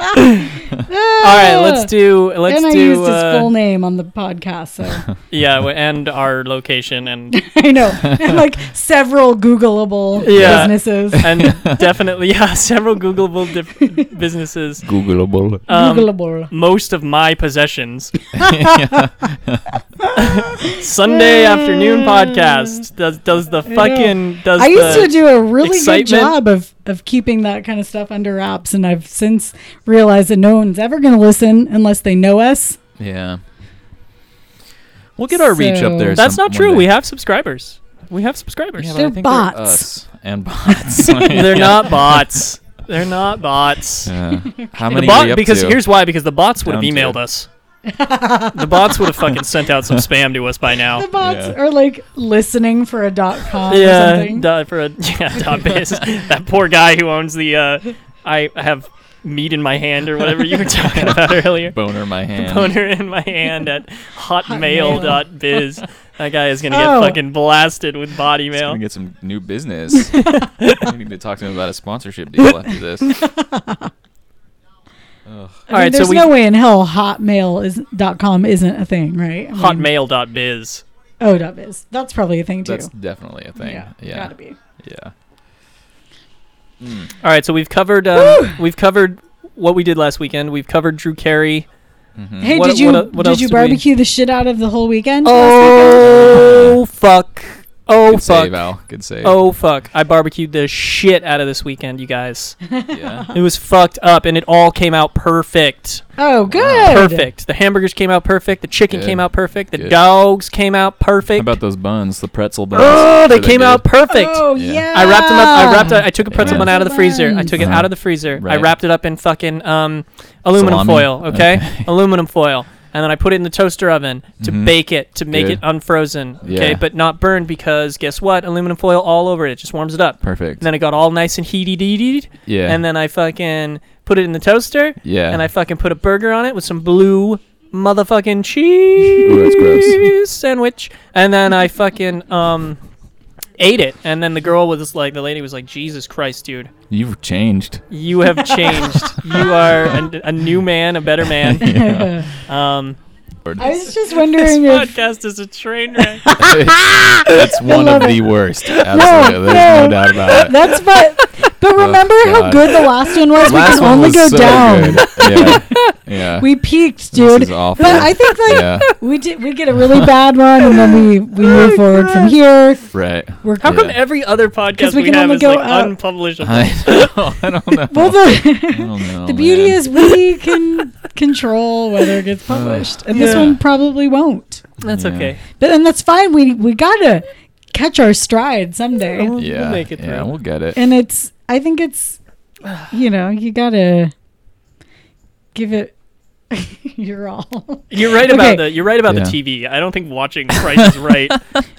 Speaker 3: All right, let's do let's
Speaker 2: and Ah. I
Speaker 3: do
Speaker 2: used
Speaker 3: uh,
Speaker 2: his full name on the podcast,
Speaker 1: [LAUGHS]
Speaker 2: so [LAUGHS]
Speaker 3: yeah [LAUGHS] w- and our location and [LAUGHS]
Speaker 2: I know [LAUGHS] and like several Googleable
Speaker 3: Yeah.
Speaker 2: businesses.
Speaker 3: and definitely yeah [LAUGHS] several Googleable dif- businesses.
Speaker 1: Googleable.
Speaker 3: [LAUGHS] Um,
Speaker 2: Googleable.
Speaker 3: most of my possessions. [LAUGHS]
Speaker 2: [LAUGHS]
Speaker 3: Sunday
Speaker 2: Uh,
Speaker 3: afternoon podcast does does the
Speaker 2: Ah. know.
Speaker 3: fucking does
Speaker 2: I used
Speaker 3: the,
Speaker 2: to do a really
Speaker 3: excitement.
Speaker 2: good job of of keeping that kind of stuff under wraps, and I've since realized that no one's ever going to listen unless they know us. [LAUGHS]
Speaker 1: Yeah. We'll get our reach up there.
Speaker 2: So-
Speaker 3: That's
Speaker 1: some-
Speaker 3: not
Speaker 1: one
Speaker 3: true.
Speaker 1: day.
Speaker 3: We have subscribers. We have subscribers.
Speaker 1: Yeah, but I
Speaker 2: They're
Speaker 1: think
Speaker 2: bots.
Speaker 1: us
Speaker 3: [LAUGHS]
Speaker 1: and bots. [LAUGHS] Yeah.
Speaker 3: They're not bots. They're not bots.
Speaker 1: Yeah. How
Speaker 3: The
Speaker 1: many are we
Speaker 3: bot,
Speaker 1: up
Speaker 3: because
Speaker 1: to?
Speaker 3: here's why because the bots would have
Speaker 1: Down to-
Speaker 3: emailed us. the bots would have fucking sent
Speaker 1: [LAUGHS]
Speaker 3: out some spam to us by
Speaker 2: The
Speaker 3: now.
Speaker 2: bots
Speaker 1: Yeah.
Speaker 2: are like listening for a dot com Uh, or
Speaker 3: yeah,
Speaker 2: something.
Speaker 3: duh, for a, [LAUGHS] yeah, dot biz. that poor guy who owns the uh, I have meat in my hand or
Speaker 1: [LAUGHS]
Speaker 3: whatever you were talking about earlier.
Speaker 1: boner in my hand.
Speaker 3: boner in my hand at hotmail.biz. That guy is gonna get
Speaker 2: Oh.
Speaker 3: fucking blasted with body
Speaker 1: He's
Speaker 3: mail.
Speaker 1: gonna get some new
Speaker 3: [LAUGHS]
Speaker 1: business. I need to talk to him about a sponsorship deal after this. Ugh.
Speaker 2: I mean,
Speaker 3: right, so
Speaker 2: there's
Speaker 3: we-
Speaker 2: no way in hell hotmail is dot com isn't a thing, right? I mean,
Speaker 4: Hotmail.biz.
Speaker 2: Oh, dot biz. That's probably a thing too.
Speaker 1: That's definitely a thing. Yeah. Yeah.
Speaker 2: gotta be.
Speaker 3: All right, so we've covered um, we've covered what we did last weekend. We've covered Drew Carey.
Speaker 1: Mhm.
Speaker 2: Hey,
Speaker 3: Mm. What-
Speaker 2: did you
Speaker 3: what- what else
Speaker 2: did you
Speaker 3: did we-
Speaker 2: barbecue the shit out of the whole weekend?
Speaker 3: Oh fuck! Oh
Speaker 1: Good save,
Speaker 3: fuck!
Speaker 1: Al. Good save.
Speaker 3: Oh fuck! I barbecued the shit out of this weekend, you guys. [LAUGHS]
Speaker 1: Yeah.
Speaker 3: It was fucked up, and it all came out perfect.
Speaker 2: [LAUGHS] Oh, good.
Speaker 3: Perfect. The hamburgers came out perfect. The chicken
Speaker 1: Good.
Speaker 3: came out perfect. The
Speaker 1: Good.
Speaker 3: dogs came out
Speaker 1: How
Speaker 3: perfect.
Speaker 1: about those buns? The pretzel buns.
Speaker 3: oh, they
Speaker 1: Were
Speaker 3: came
Speaker 1: good?
Speaker 3: out perfect.
Speaker 2: Oh
Speaker 1: Yeah.
Speaker 2: yeah.
Speaker 3: I wrapped them up. I
Speaker 2: [LAUGHS]
Speaker 3: wrapped. A, I took a
Speaker 1: Yeah.
Speaker 3: pretzel bun out of the freezer. I
Speaker 2: Nice.
Speaker 3: took it
Speaker 1: Uh-huh.
Speaker 3: out of the freezer. I
Speaker 1: Right.
Speaker 3: wrapped it up in fucking um, aluminum
Speaker 1: Salami?
Speaker 3: foil. Okay?
Speaker 1: Okay. [LAUGHS]
Speaker 3: aluminum foil, and then I put it in the toaster oven to
Speaker 1: Mhm.
Speaker 3: bake it to make
Speaker 1: Good.
Speaker 3: it unfrozen. Okay,
Speaker 1: Yeah.
Speaker 3: but not burned because guess what? Aluminum foil all over it. It just warms it up.
Speaker 1: Perfect.
Speaker 3: And then it got all nice and heaty deed
Speaker 1: yeah.
Speaker 3: and then I fucking put it in the toaster,
Speaker 1: yeah.
Speaker 3: and I fucking put a burger on it with some blue motherfucking
Speaker 1: [LAUGHS]
Speaker 3: cheese
Speaker 1: that's gross.
Speaker 3: sandwich, and then I fucking um ate it, and then the girl was like, the lady was like, Jesus Christ, dude,
Speaker 1: You've changed.
Speaker 3: you
Speaker 1: [LAUGHS]
Speaker 3: have changed. you are a, a new man, a better man.
Speaker 1: [LAUGHS]
Speaker 2: [LAUGHS]
Speaker 1: Yeah.
Speaker 3: Um,
Speaker 2: I was just
Speaker 3: this
Speaker 2: wondering if
Speaker 3: podcast is a
Speaker 2: [LAUGHS]
Speaker 3: train wreck.
Speaker 1: That's one of
Speaker 2: love
Speaker 1: the worst. Absolutely.
Speaker 2: No,
Speaker 1: There's no
Speaker 2: no.
Speaker 1: doubt about
Speaker 2: [LAUGHS]
Speaker 1: it.
Speaker 2: that's but
Speaker 3: [LAUGHS]
Speaker 2: but
Speaker 3: Oh,
Speaker 2: remember how
Speaker 1: God.
Speaker 2: good the last one was? we
Speaker 1: Last
Speaker 2: can
Speaker 1: one
Speaker 2: only
Speaker 1: was
Speaker 2: go
Speaker 1: so
Speaker 2: [LAUGHS] down.
Speaker 1: good. Yeah. Yeah.
Speaker 2: We peaked,
Speaker 1: This
Speaker 2: dude.
Speaker 1: is awful.
Speaker 2: But I think like
Speaker 1: yeah.
Speaker 2: [LAUGHS] we did we get a really bad one and then we
Speaker 3: [LAUGHS]
Speaker 2: we
Speaker 3: Oh,
Speaker 2: move forward from here.
Speaker 1: Right.
Speaker 2: We're
Speaker 3: How come
Speaker 1: Yeah.
Speaker 3: [LAUGHS] every other podcast
Speaker 2: 'Cause we
Speaker 3: we,
Speaker 2: can
Speaker 3: have
Speaker 2: only
Speaker 3: is
Speaker 2: go
Speaker 3: like
Speaker 2: up.
Speaker 3: unpublished?
Speaker 1: I [LAUGHS] know. I don't know.
Speaker 2: well
Speaker 1: I
Speaker 2: the,
Speaker 1: don't
Speaker 3: Oh,
Speaker 1: know,
Speaker 2: [LAUGHS] the beauty
Speaker 1: man.
Speaker 2: is we can [LAUGHS] control whether it gets published. And this
Speaker 3: Uh, Yeah.
Speaker 2: one probably won't.
Speaker 3: That's
Speaker 1: Yeah.
Speaker 3: okay.
Speaker 2: But then that's fine. We we gotta catch our stride someday.
Speaker 3: We'll
Speaker 1: Yeah.
Speaker 3: make it
Speaker 1: yeah.
Speaker 3: through.
Speaker 1: We'll get it.
Speaker 2: And it's I think it's you know, you gotta give it [LAUGHS] your all.
Speaker 3: You're right
Speaker 2: Okay.
Speaker 3: about the you're right about
Speaker 1: Yeah.
Speaker 3: the TV. I don't think
Speaker 1: [LAUGHS]
Speaker 3: watching Price is Right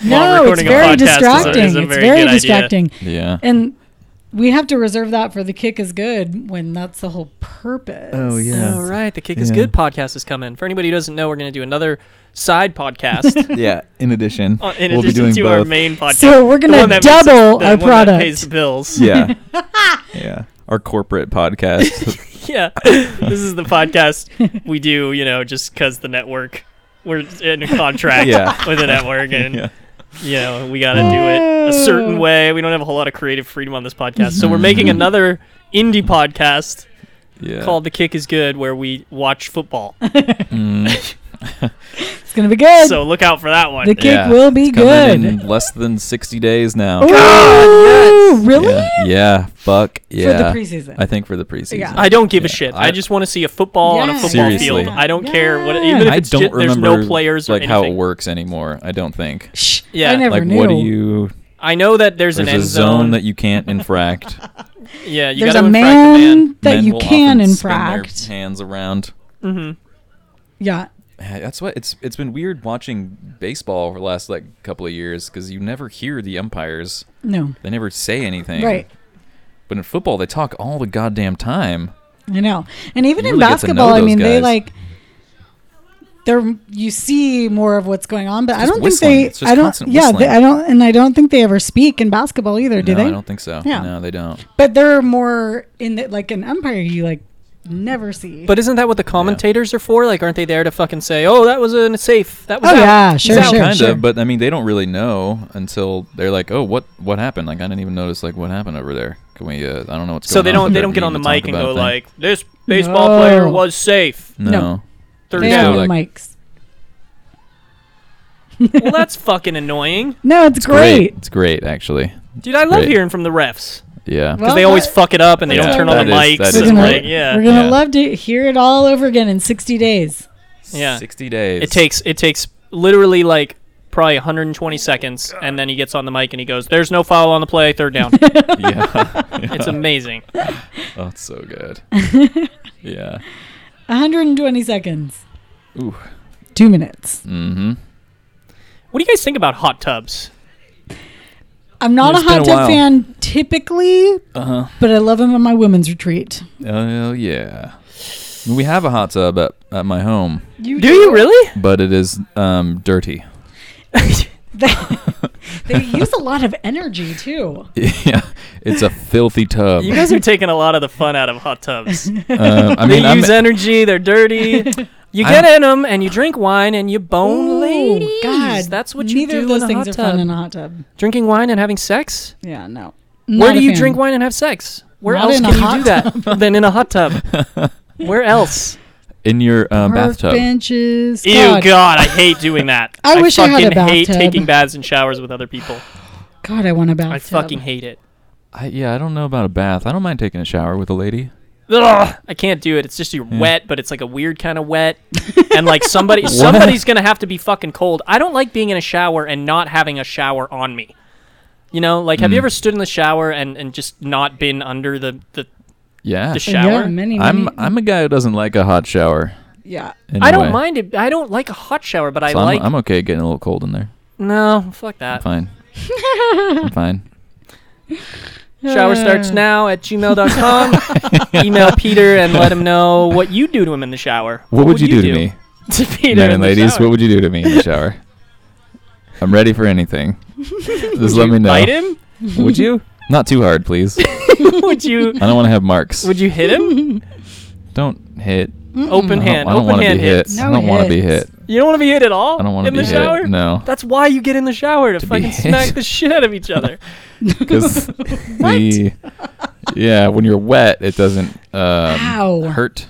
Speaker 3: while
Speaker 2: no, it's
Speaker 3: recording a
Speaker 2: very
Speaker 3: podcast is a-
Speaker 2: distracting.
Speaker 3: is a,
Speaker 2: it's
Speaker 3: very,
Speaker 2: very
Speaker 3: good idea.
Speaker 2: distracting.
Speaker 1: Yeah.
Speaker 2: And we have to reserve that for the kick is good when that's the whole purpose.
Speaker 1: Oh, yeah.
Speaker 3: All right, the Kick is
Speaker 1: Yeah.
Speaker 3: Good podcast is coming. For anybody who doesn't know, we're going to do another side
Speaker 1: [LAUGHS]
Speaker 3: podcast
Speaker 1: Yeah. In addition,
Speaker 2: [LAUGHS]
Speaker 3: on- in
Speaker 1: we'll be
Speaker 3: addition
Speaker 1: doing
Speaker 3: to
Speaker 1: both.
Speaker 3: our main podcast.
Speaker 2: So we're
Speaker 3: The
Speaker 2: gonna
Speaker 3: one that makes us-
Speaker 2: double
Speaker 3: the
Speaker 2: our
Speaker 3: one that
Speaker 2: product.
Speaker 3: pays the
Speaker 2: [LAUGHS]
Speaker 3: bills.
Speaker 1: Yeah. yeah. Our corporate podcast.
Speaker 3: [LAUGHS] yeah, this is the podcast we do. You know, just because the network we're in a contract
Speaker 1: Yeah.
Speaker 3: with the network, and
Speaker 1: [LAUGHS] yeah.
Speaker 3: you know we got to do it a certain
Speaker 2: Oh.
Speaker 3: way. We don't have a whole lot of creative freedom on this podcast, so we're making
Speaker 2: Mm-hmm.
Speaker 1: Mhm.
Speaker 3: another indie podcast
Speaker 1: Yeah.
Speaker 3: called "The Kick Is Good," where we
Speaker 2: [LAUGHS]
Speaker 3: watch football.
Speaker 1: Mm.
Speaker 2: It's gonna be good.
Speaker 3: so look out for that one.
Speaker 2: the kick will be
Speaker 1: It's coming
Speaker 2: good.
Speaker 1: In less than 60 days now.
Speaker 2: Ooh, really?
Speaker 1: Yeah. yeah. Fuck. Yeah.
Speaker 2: For the preseason.
Speaker 1: I think for the preseason.
Speaker 2: Yeah.
Speaker 3: I don't give a
Speaker 1: Yeah,
Speaker 3: shit. I,
Speaker 1: I-
Speaker 3: just want to see a football on
Speaker 2: Yeah.
Speaker 3: a football
Speaker 1: Seriously.
Speaker 3: field. I don't care what,
Speaker 2: Yeah.
Speaker 3: even if
Speaker 1: I
Speaker 3: it's
Speaker 1: don't
Speaker 3: ju- there's
Speaker 1: remember
Speaker 3: no players or
Speaker 1: like how it
Speaker 3: anything.
Speaker 1: works anymore. I don't think.
Speaker 2: Shh,
Speaker 3: Yeah.
Speaker 2: I never
Speaker 1: Like
Speaker 2: knew.
Speaker 1: what do you?
Speaker 3: I know that there's,
Speaker 1: There's,
Speaker 3: an end
Speaker 1: a zone. that you can't infract.
Speaker 3: yeah, you
Speaker 2: There's
Speaker 3: gotta
Speaker 2: a
Speaker 3: infract
Speaker 2: man, [LAUGHS] that
Speaker 1: Men
Speaker 2: you
Speaker 1: will
Speaker 2: can
Speaker 1: often spin their
Speaker 2: infract.
Speaker 1: hands around.
Speaker 3: the man. hmm
Speaker 2: Yeah.
Speaker 1: Yeah, That's what it's. It's been weird watching baseball over the last like couple of years because you never hear the umpires.
Speaker 2: No.
Speaker 1: They never say anything.
Speaker 2: Right.
Speaker 1: But in football, they talk all the goddamn time.
Speaker 2: I know. And even
Speaker 1: You
Speaker 2: in
Speaker 1: really get to know
Speaker 2: basketball, I
Speaker 1: those
Speaker 2: mean, they
Speaker 1: guys.
Speaker 2: like they're you see more of what's going on, but I
Speaker 1: just
Speaker 2: don't
Speaker 1: whistling.
Speaker 2: think
Speaker 1: It's
Speaker 2: they.
Speaker 1: just
Speaker 2: I don't.
Speaker 1: constant
Speaker 2: Yeah, they,
Speaker 1: whistling.
Speaker 2: I don't, and I don't think they ever speak in basketball either, Oh, do
Speaker 1: no,
Speaker 2: they?
Speaker 1: I don't think so.
Speaker 2: Yeah.
Speaker 1: No, they don't.
Speaker 2: But they're more in the like an umpire you like never see.
Speaker 3: But isn't that what the commentators are for? Like, aren't they there to fucking say, "Oh, that was a safe. That was
Speaker 2: oh
Speaker 3: out."
Speaker 2: yeah,
Speaker 3: He's
Speaker 2: sure,
Speaker 3: out.
Speaker 2: sure,
Speaker 1: kind
Speaker 2: sure.
Speaker 1: of, but I mean, they don't really know until they're like, "Oh, what what happened? Like, I didn't even notice like what happened over there. Can we? Uh, I don't know what's going
Speaker 3: So they
Speaker 1: on.
Speaker 3: don't
Speaker 1: but
Speaker 3: they don't
Speaker 1: we
Speaker 3: get
Speaker 1: need
Speaker 3: on the
Speaker 1: to
Speaker 3: mic
Speaker 1: talk
Speaker 3: and
Speaker 1: about
Speaker 3: go
Speaker 1: thing."
Speaker 3: like, "This baseball player was safe."
Speaker 1: no,
Speaker 2: No.
Speaker 3: Third
Speaker 2: they
Speaker 1: There's
Speaker 2: have
Speaker 1: no, [LAUGHS]
Speaker 3: down.
Speaker 2: no
Speaker 1: like-
Speaker 2: mics.
Speaker 3: well, that's fucking annoying,
Speaker 2: No, it's, great.
Speaker 1: It's great, actually.
Speaker 3: dude. I love
Speaker 1: Great.
Speaker 3: hearing from the refs
Speaker 1: Yeah.
Speaker 2: Well-
Speaker 3: because they always
Speaker 2: that-
Speaker 3: fuck it up and they
Speaker 1: Yeah,
Speaker 3: don't turn on the
Speaker 1: that is-
Speaker 3: mics.
Speaker 1: that
Speaker 2: We're
Speaker 1: is
Speaker 3: and
Speaker 2: gonna,
Speaker 3: like,
Speaker 1: great.
Speaker 2: we're
Speaker 3: yeah,
Speaker 2: gonna
Speaker 1: Yeah.
Speaker 2: love to hear it all over again in 60 days.
Speaker 3: Yeah.
Speaker 1: Sixty days.
Speaker 3: It takes it takes literally like probably 120 seconds, and then he gets on the mic and he goes, "There's no foul on the play,
Speaker 2: [LAUGHS]
Speaker 3: third down."
Speaker 1: [LAUGHS] yeah.
Speaker 3: it's amazing.
Speaker 1: oh, it's so
Speaker 2: [LAUGHS]
Speaker 1: good. yeah.
Speaker 2: 120 seconds.
Speaker 1: Ooh.
Speaker 2: Two minutes.
Speaker 1: Mm-hmm.
Speaker 3: What do you guys think about hot tubs?
Speaker 2: I'm not
Speaker 1: It's
Speaker 2: a
Speaker 1: been
Speaker 2: hot
Speaker 1: a
Speaker 2: tub
Speaker 1: while.
Speaker 2: fan typically,
Speaker 1: Uh huh.
Speaker 2: but I love them at my women's retreat.
Speaker 1: Oh yeah. We have a hot tub at, at my home,
Speaker 2: You
Speaker 3: Do you really?
Speaker 1: but it is um dirty.
Speaker 2: They use a lot of energy too.
Speaker 1: [LAUGHS] yeah, it's a filthy tub.
Speaker 3: You guys are taking a lot of the fun out of hot tubs.
Speaker 1: Uh,
Speaker 2: [LAUGHS]
Speaker 1: I mean,
Speaker 3: They
Speaker 1: I'm-
Speaker 3: use energy. They're dirty.
Speaker 5: [LAUGHS]
Speaker 3: You
Speaker 1: I'm-
Speaker 3: get in 'em in them and you drink wine and you bone
Speaker 2: Ooh,
Speaker 3: Oh, ladies.
Speaker 2: God,
Speaker 3: that's what you
Speaker 2: Neither
Speaker 3: do
Speaker 2: of those
Speaker 3: in a
Speaker 2: things
Speaker 3: hot
Speaker 2: are
Speaker 3: tub.
Speaker 2: fun in a hot tub.
Speaker 3: Drinking wine and having sex.
Speaker 2: Yeah, no.
Speaker 3: Where
Speaker 2: Not
Speaker 3: do
Speaker 2: a
Speaker 3: you
Speaker 2: fan.
Speaker 3: drink wine and have sex? Where
Speaker 2: Not
Speaker 3: else
Speaker 2: in
Speaker 3: can
Speaker 2: a
Speaker 3: you
Speaker 2: hot
Speaker 3: do that [LAUGHS] than in a hot tub?
Speaker 2: [LAUGHS]
Speaker 3: Where else?
Speaker 1: [LAUGHS] in your uh,
Speaker 2: Park
Speaker 1: bathtub.
Speaker 2: benches.
Speaker 5: Ew,
Speaker 2: God.
Speaker 5: God, I hate doing that.
Speaker 2: I wish I
Speaker 5: fucking
Speaker 2: had a
Speaker 5: hate
Speaker 2: bathtub.
Speaker 5: taking baths and showers with other people.
Speaker 2: God, I want a bathtub.
Speaker 5: I fucking hate it.
Speaker 1: I, yeah, I don't know about a bath. I don't mind taking a shower with a lady.
Speaker 5: Ugh, I can't do it. It's just you're
Speaker 1: Yeah.
Speaker 5: wet, but it's like a weird kind of
Speaker 1: [LAUGHS]
Speaker 5: wet, and like somebody somebody's gonna have to be fucking cold. I don't like being in a shower and not having a shower on me. You know, like have you
Speaker 1: Mm.
Speaker 5: ever stood in the shower and, and just not been under the, the
Speaker 1: Yeah,
Speaker 5: the shower?
Speaker 2: Yeah, many, many.
Speaker 1: I'm I'm a guy who doesn't like a hot shower.
Speaker 2: [LAUGHS] yeah.
Speaker 1: Anyway.
Speaker 5: I don't mind it. I don't like a hot shower, but I
Speaker 1: So I'm,
Speaker 5: like
Speaker 1: I'm okay getting a little cold in there.
Speaker 5: no fuck
Speaker 1: I'm
Speaker 3: Uh,
Speaker 5: that.
Speaker 1: [LAUGHS]
Speaker 3: [LAUGHS]
Speaker 1: fine. I'm fine.
Speaker 3: Shower starts now
Speaker 1: [LAUGHS]
Speaker 3: at gmail.com. Email Peter and let him know what you do to him in the shower.
Speaker 1: What, would you, do,
Speaker 5: [LAUGHS]
Speaker 1: to me,
Speaker 3: To Peter
Speaker 1: men
Speaker 3: in
Speaker 1: and
Speaker 3: the
Speaker 1: ladies?
Speaker 3: shower.
Speaker 1: What would you do to me in
Speaker 3: [LAUGHS]
Speaker 1: the shower? I'm ready for anything. Just let me know.
Speaker 3: Bite him?
Speaker 5: [LAUGHS]
Speaker 1: Would you? Not too hard,
Speaker 3: [LAUGHS]
Speaker 1: please. I
Speaker 3: would you?
Speaker 1: don't want to have marks.
Speaker 3: Would you hit him?
Speaker 1: Don't hit. I
Speaker 3: Open
Speaker 1: don't,
Speaker 3: hand.
Speaker 1: I don't
Speaker 3: Open
Speaker 1: wanna
Speaker 3: hand
Speaker 1: be hit.
Speaker 3: hits.
Speaker 1: I
Speaker 2: No
Speaker 1: don't want to be hit.
Speaker 2: hits.
Speaker 3: You don't want to be hit at all.
Speaker 1: I don't want to
Speaker 3: in
Speaker 1: be
Speaker 3: the
Speaker 1: hit.
Speaker 3: shower.
Speaker 1: No,
Speaker 3: That's why you get in the shower to,
Speaker 1: To be
Speaker 3: fucking
Speaker 1: hit.
Speaker 3: smack the shit out of
Speaker 1: [LAUGHS]
Speaker 3: each other.
Speaker 2: [LAUGHS]
Speaker 1: because the yeah, when you're wet, it doesn't um,
Speaker 2: Ow.
Speaker 1: hurt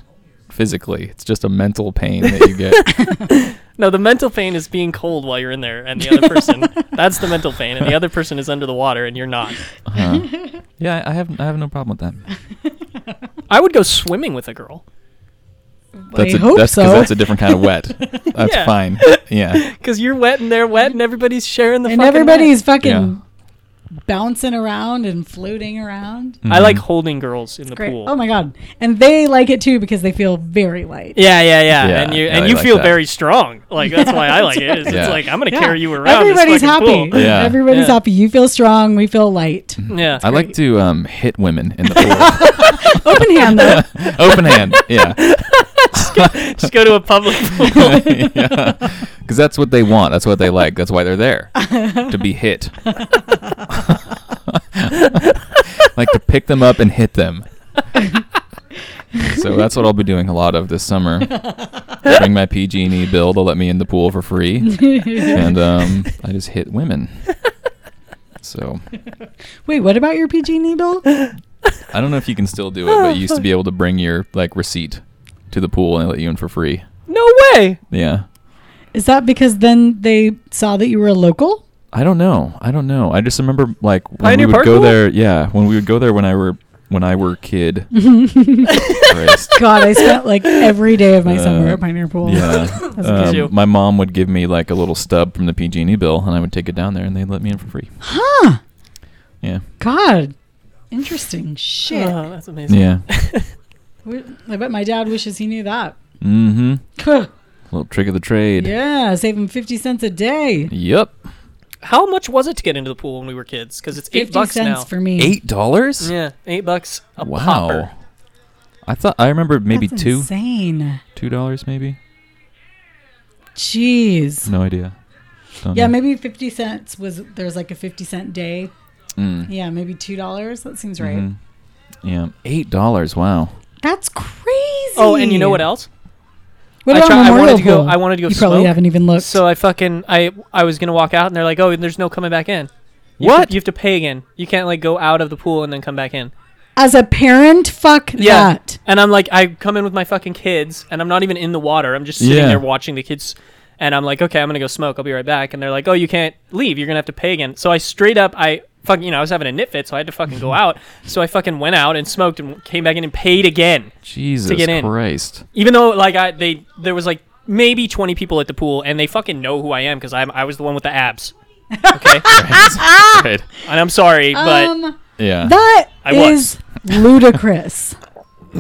Speaker 1: physically. It's just a mental pain that you
Speaker 2: [LAUGHS]
Speaker 1: get.
Speaker 3: No, the mental pain is being cold while you're in there, and the other
Speaker 1: [LAUGHS]
Speaker 3: person—that's the mental pain, and the other person is under the water, and you're not.
Speaker 1: Uh-huh. Yeah, I I have I have no problem with that.
Speaker 3: I would go swimming with a girl
Speaker 1: That's
Speaker 2: I
Speaker 1: a,
Speaker 2: hope
Speaker 1: that's 'cause
Speaker 2: so.
Speaker 1: that's a different kind of
Speaker 2: [LAUGHS]
Speaker 1: wet. That's [LAUGHS]
Speaker 3: Yeah.
Speaker 1: fine. Yeah.
Speaker 3: because you're wet and they're wet, and everybody's sharing the.
Speaker 2: and
Speaker 3: fucking
Speaker 2: everybody's
Speaker 3: wet.
Speaker 2: fucking
Speaker 1: Yeah.
Speaker 2: bouncing around and floating around.
Speaker 1: Mhm.
Speaker 3: I like holding girls in the
Speaker 2: Great.
Speaker 3: pool.
Speaker 2: Oh my god. And they like it too because they feel very light.
Speaker 3: Yeah, yeah, yeah,
Speaker 1: Yeah,
Speaker 3: and you
Speaker 1: yeah,
Speaker 3: and
Speaker 1: they
Speaker 3: you
Speaker 1: like
Speaker 3: feel
Speaker 1: that.
Speaker 3: very strong. Like that's why I like it.
Speaker 1: [LAUGHS]
Speaker 3: Is
Speaker 1: Yeah.
Speaker 3: It's like I'm gonna
Speaker 2: Yeah.
Speaker 3: carry you around. this
Speaker 2: Everybody's
Speaker 3: fucking
Speaker 2: happy.
Speaker 3: pool.
Speaker 1: Yeah.
Speaker 2: Everybody's
Speaker 3: Yeah.
Speaker 2: happy. You feel strong. We feel
Speaker 1: [LAUGHS]
Speaker 2: light.
Speaker 3: Yeah,
Speaker 1: I like to um, hit women in
Speaker 2: [LAUGHS]
Speaker 1: the
Speaker 2: Open hand though.
Speaker 1: pool. Open hand. Yeah.
Speaker 3: just go to a
Speaker 1: [LAUGHS]
Speaker 3: public [LAUGHS] pool.
Speaker 1: Because that's what they want. That's what they like. That's why they're there to be hit. [LAUGHS] like to pick them up and hit them. so that's what I'll be doing a lot of this summer. Bring my PG&E E bill. They'll let me in the pool for free, and um, I just hit women. So
Speaker 2: [LAUGHS] Wait, what about your PG needle?
Speaker 1: I don't know if you can still do it, but you used to be able to bring your like receipt to the pool and they let you in for free.
Speaker 3: No [LAUGHS] way.
Speaker 1: Yeah.
Speaker 2: Is that because then they saw that you were a local?
Speaker 1: I don't know. I don't know. I just remember like when we
Speaker 3: Pioneer
Speaker 1: would
Speaker 3: Park
Speaker 1: go
Speaker 3: Pool?
Speaker 1: there. Yeah, when we would go there when I were when I were a
Speaker 2: [LAUGHS]
Speaker 1: kid. Christ.
Speaker 2: God, I spent like every day of my summer
Speaker 1: Uh,
Speaker 2: at Pioneer Pool.
Speaker 1: Yeah,
Speaker 2: That's a good
Speaker 1: Um,
Speaker 3: you.
Speaker 1: my mom would give me like a little stub from the PG&E bill, and I would take it down there, and they'd let me in for free.
Speaker 2: Huh.
Speaker 1: Yeah,
Speaker 2: God. Interesting shit.
Speaker 1: uh,
Speaker 3: Oh, that's amazing.
Speaker 1: yeah.
Speaker 2: We- I bet my dad wishes he knew that.
Speaker 1: mm-hmm.
Speaker 2: Huh.
Speaker 1: Little trick of the trade.
Speaker 2: yeah, save him 50 cents a day.
Speaker 1: Yep.
Speaker 3: How much was it to get into the pool when we were kids? Because it's eight
Speaker 2: 50
Speaker 3: bucks
Speaker 2: cents
Speaker 3: now.
Speaker 2: for me.
Speaker 1: Eight dollars.
Speaker 3: yeah, eight bucks a
Speaker 1: wow.
Speaker 3: popper.
Speaker 1: I thought I remember maybe
Speaker 2: That's
Speaker 1: two,
Speaker 2: Insane.
Speaker 1: two dollars maybe.
Speaker 2: Jeez.
Speaker 1: No idea. Don't
Speaker 2: Yeah,
Speaker 1: know.
Speaker 2: maybe 50 cents was there's like a 50 cent day.
Speaker 1: Mm.
Speaker 2: Yeah, maybe $2. That seems right.
Speaker 3: Mm-hmm.
Speaker 1: Mhm. Yeah, eight dollars. Wow.
Speaker 2: That's crazy.
Speaker 3: Oh, and you know what else?
Speaker 2: What
Speaker 3: I
Speaker 2: about
Speaker 3: try- I
Speaker 2: Memorial
Speaker 3: wanted to go.
Speaker 2: Pool?
Speaker 3: I wanted to go
Speaker 2: you probably
Speaker 3: smoke.
Speaker 2: haven't even looked.
Speaker 3: So I fucking I I was gonna walk out, and they're like, "Oh, there's no coming back in." You Have
Speaker 1: What?
Speaker 3: to, you have to pay again. You can't like go out of the pool and then come back in.
Speaker 2: As a parent, fuck
Speaker 3: [LAUGHS] Yeah.
Speaker 2: that.
Speaker 3: And I'm like, I come in with my fucking kids, and I'm not even in the water. I'm just sitting
Speaker 1: Yeah.
Speaker 3: there watching the kids. And I'm like, okay, I'm gonna go smoke. I'll be right back. And they're like, oh, you can't leave. You're gonna have to pay again. So I straight up, I fucking, you know, I was having a nit fit, so I had to fucking
Speaker 1: [LAUGHS]
Speaker 3: go out. So I fucking went out and smoked and came back in and paid again,
Speaker 1: Jesus
Speaker 3: get in.
Speaker 1: Christ.
Speaker 3: even though like I they there was like maybe 20 people at the pool, and they fucking know who I am because I'm I was the one with the abs. Okay,
Speaker 1: [LAUGHS] Right.
Speaker 3: and I'm sorry, but
Speaker 2: um,
Speaker 1: Yeah.
Speaker 2: that
Speaker 3: I
Speaker 2: is
Speaker 3: was.
Speaker 2: ludicrous.
Speaker 3: [LAUGHS]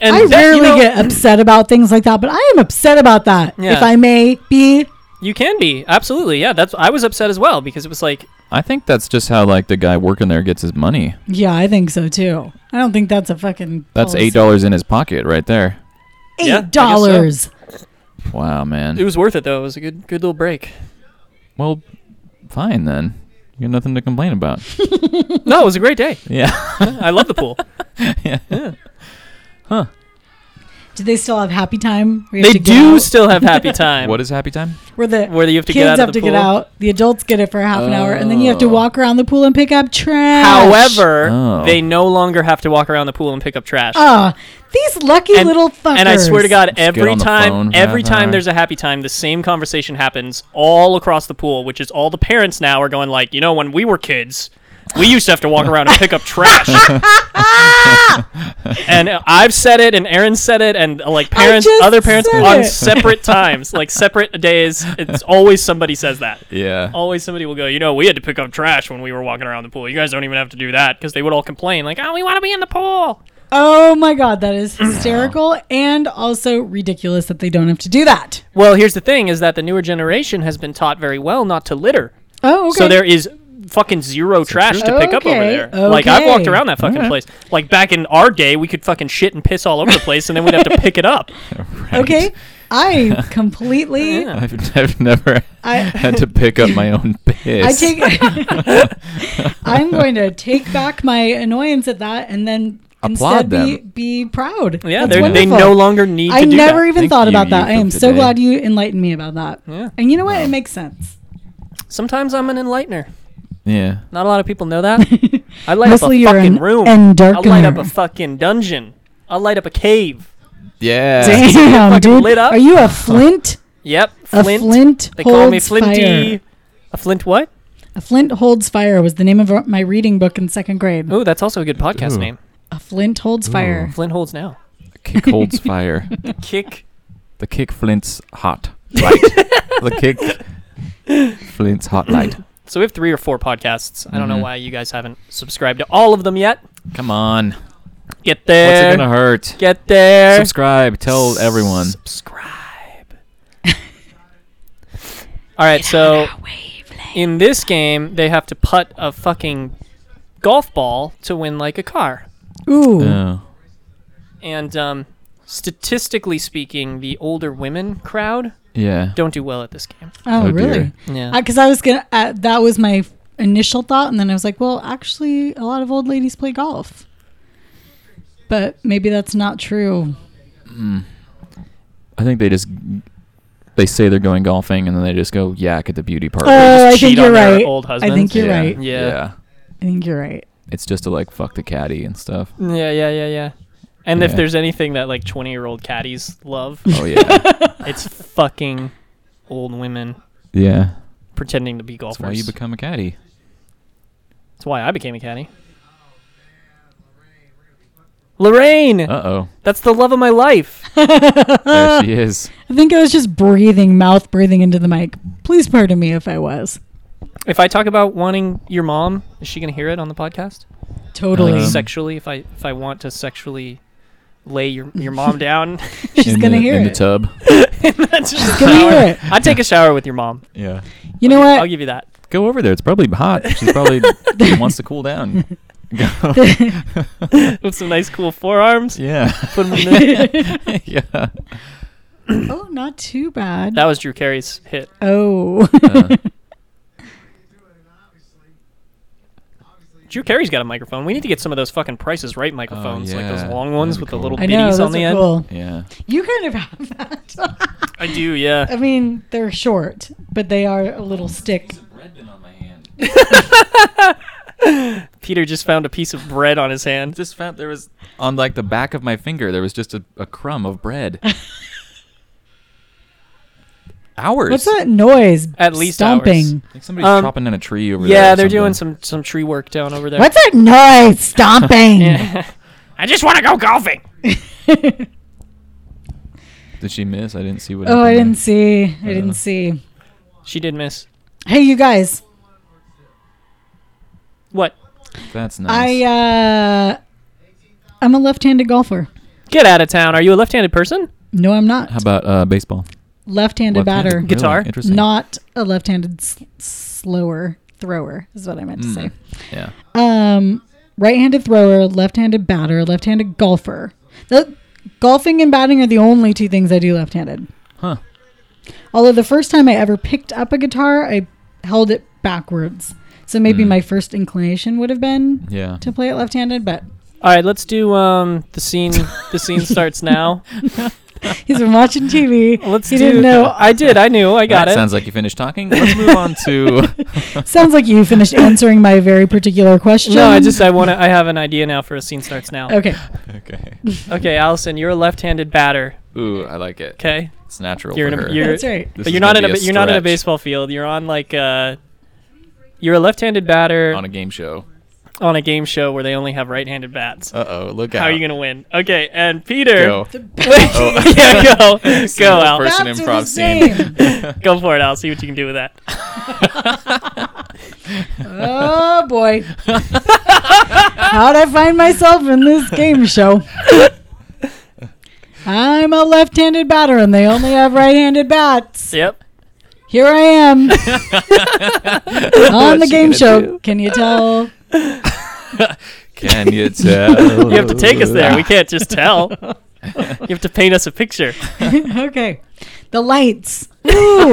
Speaker 3: and
Speaker 2: I
Speaker 3: that-
Speaker 2: rarely
Speaker 3: you know,
Speaker 2: get upset about things like that, but I am upset about that.
Speaker 3: Yeah.
Speaker 2: If I may be,
Speaker 3: you can be absolutely yeah. That's I was upset as well because it was like
Speaker 1: I think that's just how like the guy working there gets his money.
Speaker 2: yeah, I think so too. I don't think that's a fucking.
Speaker 1: That's
Speaker 2: policy.
Speaker 1: eight dollars in his pocket right there.
Speaker 3: Yeah, I
Speaker 2: Eight
Speaker 3: guess
Speaker 2: dollars.
Speaker 1: Wow, man.
Speaker 3: it was worth it though. It was a good good little break.
Speaker 1: Well, Fine then. You got nothing to complain about.
Speaker 3: No, it was a great day.
Speaker 1: yeah.
Speaker 3: I love the pool.
Speaker 1: yeah.
Speaker 2: Do they still have happy time? Where you
Speaker 3: they
Speaker 2: have to get
Speaker 3: do
Speaker 2: out?
Speaker 3: still
Speaker 2: [LAUGHS]
Speaker 3: have happy
Speaker 1: [LAUGHS]
Speaker 3: time.
Speaker 1: What is happy time?
Speaker 2: where the
Speaker 3: Where you have to
Speaker 2: kids
Speaker 3: get out
Speaker 2: have
Speaker 3: of
Speaker 2: to
Speaker 3: the
Speaker 2: get
Speaker 3: pool.
Speaker 2: out. The adults get it for half an hour, and then you have to
Speaker 1: Oh.
Speaker 2: walk around the pool and pick up trash.
Speaker 3: However,
Speaker 1: Oh.
Speaker 3: they no longer have to walk around the pool and pick up trash.
Speaker 2: Ah, these lucky
Speaker 3: and,
Speaker 2: little fuckers.
Speaker 3: and I swear to God,
Speaker 1: get
Speaker 3: every
Speaker 1: on the
Speaker 3: time,
Speaker 1: phone,
Speaker 3: every
Speaker 1: half
Speaker 3: time
Speaker 1: hour.
Speaker 3: there's a happy time, the same conversation happens all across the pool, which is all the parents now are going like, you know, when we were kids, we used to have to walk around and pick
Speaker 1: [LAUGHS]
Speaker 3: up trash. and I've said it, and Aaron said it, and uh, like parents,
Speaker 2: just
Speaker 3: other parents
Speaker 2: said
Speaker 3: on
Speaker 2: it.
Speaker 3: separate times, like separate days. It's always somebody says that.
Speaker 1: Yeah.
Speaker 3: Always somebody will go, you know, we had to pick up trash when we were walking around the pool. You guys don't even have to do that because they would all complain like, oh, we want to be in the pool.
Speaker 2: Oh my God, that is hysterical and also ridiculous that they don't have to do that.
Speaker 3: Well, here's the thing: is that the newer generation has been taught very well not to litter.
Speaker 2: Oh, okay.
Speaker 3: So there is fucking zero trash to pick up over
Speaker 2: Okay,
Speaker 3: there. Like I've walked
Speaker 2: okay.
Speaker 3: around that fucking
Speaker 1: Alright.
Speaker 3: place. Like back in our day, we could fucking shit and piss all over the place, and then we'd have to pick
Speaker 2: [LAUGHS]
Speaker 3: it up.
Speaker 1: [LAUGHS] Right.
Speaker 2: Okay,
Speaker 3: [LAUGHS]
Speaker 1: [LAUGHS]
Speaker 2: I completely.
Speaker 1: I've, I've never [LAUGHS]
Speaker 2: I
Speaker 1: had to pick up my own piss.
Speaker 2: [LAUGHS] I
Speaker 1: [LAUGHS]
Speaker 2: take. I'm going to take back my annoyance at that, and then
Speaker 1: Applaud
Speaker 2: instead be,
Speaker 1: them.
Speaker 2: be proud.
Speaker 3: Yeah,
Speaker 2: That's
Speaker 3: they're- they
Speaker 2: wonderful.
Speaker 3: no longer need
Speaker 2: I
Speaker 3: to do
Speaker 2: never
Speaker 3: that.
Speaker 2: even
Speaker 1: Thank
Speaker 2: thought
Speaker 1: you,
Speaker 2: about that.
Speaker 1: you,
Speaker 2: I am
Speaker 1: for
Speaker 2: so
Speaker 1: today.
Speaker 2: glad you enlightened me about that.
Speaker 3: Yeah.
Speaker 2: And you know what? It makes sense.
Speaker 3: Sometimes I'm an enlightener.
Speaker 1: yeah.
Speaker 3: Not a lot of people
Speaker 2: [LAUGHS]
Speaker 3: know that. I light
Speaker 2: Mostly
Speaker 3: up
Speaker 2: you're
Speaker 3: a fucking
Speaker 2: an
Speaker 3: room. I'll light up a
Speaker 2: endarkener.
Speaker 3: [LAUGHS] fucking dungeon. I'll light up a cave.
Speaker 1: Yeah.
Speaker 2: Damn,
Speaker 3: fucking
Speaker 2: dude.
Speaker 3: lit up.
Speaker 2: Are
Speaker 3: [LAUGHS]
Speaker 2: you a flint?
Speaker 3: Yep.
Speaker 2: A
Speaker 3: Flint.
Speaker 2: flint,
Speaker 3: they
Speaker 2: holds
Speaker 3: call me Flinty.
Speaker 2: fire.
Speaker 3: A Flint what?
Speaker 2: A flint holds fire was the name of my reading book in second grade.
Speaker 3: Oh, that's also a good podcast
Speaker 1: Ooh.
Speaker 3: name.
Speaker 2: A flint holds fire.
Speaker 3: Flint holds
Speaker 2: [LAUGHS]
Speaker 3: now.
Speaker 1: Kick holds fire.
Speaker 3: Kick
Speaker 1: The kick flints hot
Speaker 2: [LAUGHS]
Speaker 1: light. the kick flints hot light.
Speaker 3: So we have three or four podcasts. I don't know
Speaker 1: Mhm.
Speaker 3: why you guys haven't subscribed to all of them yet.
Speaker 1: Come on.
Speaker 3: Get
Speaker 1: What's
Speaker 3: there.
Speaker 1: it gonna hurt?
Speaker 3: Get there.
Speaker 1: Subscribe. Tell everyone.
Speaker 3: Subscribe. [LAUGHS] all right. So in this game, they have to putt a fucking golf ball to win like a car.
Speaker 2: Ooh.
Speaker 1: Oh.
Speaker 3: And um, statistically speaking, the older women crowd
Speaker 1: Yeah.
Speaker 3: don't do well at this game.
Speaker 1: Oh,
Speaker 2: oh,
Speaker 1: dear.
Speaker 2: really?
Speaker 3: Yeah.
Speaker 2: Because I was going to, uh, that was my initial thought. And then I was like, well, actually, a lot of old ladies play golf. But maybe that's not true.
Speaker 1: Mm. I think they just they say they're going golfing and then they just go yak at the beauty parlor.
Speaker 2: Oh, I think
Speaker 3: just cheat on
Speaker 2: you're
Speaker 3: their
Speaker 2: right.
Speaker 3: old
Speaker 2: I think
Speaker 3: husbands.
Speaker 2: you're
Speaker 1: yeah.
Speaker 2: right.
Speaker 3: Yeah.
Speaker 1: Yeah.
Speaker 2: I think you're right.
Speaker 1: It's just to like fuck the caddy and
Speaker 2: [LAUGHS]
Speaker 1: stuff.
Speaker 3: Yeah, yeah, yeah, yeah. And if
Speaker 1: Yeah.
Speaker 3: there's anything that like 20 year old caddies love,
Speaker 1: Oh yeah.
Speaker 3: it's fucking old women
Speaker 1: yeah.
Speaker 3: pretending to be
Speaker 1: That's
Speaker 3: golfers.
Speaker 1: why you become a caddy.
Speaker 3: That's why I became a caddy. Lorraine!
Speaker 1: Uh oh.
Speaker 3: That's the love of my life.
Speaker 1: There
Speaker 2: [LAUGHS]
Speaker 1: she is.
Speaker 2: I think I was just breathing, mouth breathing into the mic. Please pardon me if I was.
Speaker 3: If I talk about wanting your mom, is she going to hear it on the podcast?
Speaker 2: Totally.
Speaker 1: Um,
Speaker 3: sexually, if I if I want to sexually lay your
Speaker 1: [LAUGHS]
Speaker 3: your mom down, [LAUGHS]
Speaker 2: She's
Speaker 1: in
Speaker 2: going to
Speaker 1: the,
Speaker 2: hear
Speaker 1: in
Speaker 2: it.
Speaker 1: the tub.
Speaker 3: that's just
Speaker 2: She's going to hear it.
Speaker 3: I'd take a shower with your mom.
Speaker 1: Yeah.
Speaker 2: You know
Speaker 3: I'll
Speaker 2: what?
Speaker 3: give you that. [LAUGHS]
Speaker 1: Go over there. It's probably hot. She
Speaker 2: [LAUGHS]
Speaker 1: probably wants to cool down. Go.
Speaker 2: Oh,
Speaker 3: With some nice cool
Speaker 1: [LAUGHS]
Speaker 3: forearms.
Speaker 1: yeah. [LAUGHS]
Speaker 3: Put 'em in there.
Speaker 1: yeah.
Speaker 2: Oh, not too bad.
Speaker 3: That was Drew Carey's hit.
Speaker 2: oh.
Speaker 1: Uh,
Speaker 3: Drew Carey's got a microphone. We need to get some of those fucking prices right microphones, like those
Speaker 1: Oh, yeah.
Speaker 3: long ones
Speaker 1: That'd be
Speaker 3: with
Speaker 1: cool.
Speaker 3: the
Speaker 2: [LAUGHS]
Speaker 3: little
Speaker 2: I
Speaker 3: bitties
Speaker 2: know. Those
Speaker 3: on the
Speaker 2: are
Speaker 3: end.
Speaker 2: cool.
Speaker 1: yeah.
Speaker 2: You kind of have that.
Speaker 3: I do, yeah.
Speaker 2: I mean, they're short, but they are a little stick.
Speaker 1: Bread been on my hand.
Speaker 3: Peter just found a piece of bread on his hand.
Speaker 1: Just found there was on like the back of my finger there was just a, a crumb of
Speaker 3: [LAUGHS]
Speaker 1: bread. Hours.
Speaker 2: What's that noise?
Speaker 3: At least
Speaker 2: stomping.
Speaker 1: Like somebody's
Speaker 3: Um,
Speaker 1: chopping in a tree over there.
Speaker 3: Yeah,
Speaker 1: or
Speaker 3: they're doing
Speaker 1: something.
Speaker 3: some some tree work down over there.
Speaker 2: What's
Speaker 1: [LAUGHS]
Speaker 2: that noise? Stomping.
Speaker 3: [LAUGHS] I just want to go golfing.
Speaker 1: Did she miss? I didn't see what.
Speaker 2: [LAUGHS] Oh, I
Speaker 1: happened
Speaker 2: didn't see. I
Speaker 1: Yeah.
Speaker 2: didn't see.
Speaker 3: She did miss.
Speaker 2: Hey, you guys.
Speaker 3: What?
Speaker 1: there. That's nice.
Speaker 2: I uh, I'm a left-handed golfer.
Speaker 3: Get out of town. Are you a left-handed person?
Speaker 2: No, I'm not.
Speaker 1: How about uh, baseball?
Speaker 2: left-handed
Speaker 1: Left-handed.
Speaker 2: batter.
Speaker 1: Really?
Speaker 3: Guitar?
Speaker 1: Interesting.
Speaker 2: Not a left-handed s- slower thrower is what I meant to say.
Speaker 1: Mm. Yeah.
Speaker 2: Um, right-handed thrower, left-handed batter, left-handed golfer. The, golfing and batting are the only two things I do left-handed.
Speaker 1: Huh.
Speaker 2: Although the first time I ever picked up a guitar, I held it backwards. So maybe
Speaker 1: Mm.
Speaker 2: my first inclination would have been
Speaker 3: [LAUGHS]
Speaker 1: Yeah.
Speaker 2: to play it left-handed, but
Speaker 3: All right, let's do um the scene.
Speaker 2: [LAUGHS]
Speaker 3: The scene starts now.
Speaker 2: he's been watching TV.
Speaker 3: Let's
Speaker 2: he
Speaker 3: do.
Speaker 2: didn't know.
Speaker 3: I did. I knew. Oh, I got
Speaker 1: that
Speaker 3: it.
Speaker 1: sounds like you finished
Speaker 3: [LAUGHS]
Speaker 1: talking. Let's move on to
Speaker 2: Sounds like you finished answering my very particular question.
Speaker 3: no, I just I want to. I have an idea now for a scene starts now.
Speaker 2: okay.
Speaker 1: Okay.
Speaker 3: Okay, Allison, you're a left-handed batter.
Speaker 1: Ooh, I like it.
Speaker 3: Okay,
Speaker 1: It's natural
Speaker 3: You're
Speaker 1: for
Speaker 3: in a-
Speaker 1: her.
Speaker 3: you're-
Speaker 2: That's
Speaker 3: [LAUGHS]
Speaker 2: right.
Speaker 1: This
Speaker 3: but
Speaker 1: is
Speaker 3: you're not in
Speaker 1: gonna
Speaker 3: a,
Speaker 1: be
Speaker 3: ba- you're not in a
Speaker 1: stretch
Speaker 3: baseball field. You're on like uh, you're a left-handed batter
Speaker 1: on a game show.
Speaker 3: on a game show where they only have right-handed bats.
Speaker 1: Uh oh, look out!
Speaker 3: How are you gonna win? Okay, and Peter.
Speaker 1: go?
Speaker 3: Wait, [LAUGHS] yeah,
Speaker 1: [LAUGHS]
Speaker 3: go, go,
Speaker 1: Single
Speaker 3: Al.
Speaker 1: Oh. person
Speaker 2: Bats are
Speaker 1: improv
Speaker 2: the
Speaker 1: scene.
Speaker 3: [LAUGHS]
Speaker 1: [LAUGHS]
Speaker 3: Go for it, Al. See what you can do with that.
Speaker 1: [LAUGHS]
Speaker 2: Oh boy. How'd I find myself in this game show? I'm a left handed batter and they only have right handed bats.
Speaker 3: Yep.
Speaker 2: Here I
Speaker 3: [LAUGHS]
Speaker 2: am on the
Speaker 1: she
Speaker 2: game
Speaker 1: gonna
Speaker 2: show.
Speaker 1: do?
Speaker 2: Can you tell?
Speaker 1: Can you tell?
Speaker 3: [LAUGHS] You have to take us there. We can't just tell. You have to paint us
Speaker 2: [GASPS]
Speaker 3: a picture.
Speaker 2: [LAUGHS] okay. The lights. Ooh.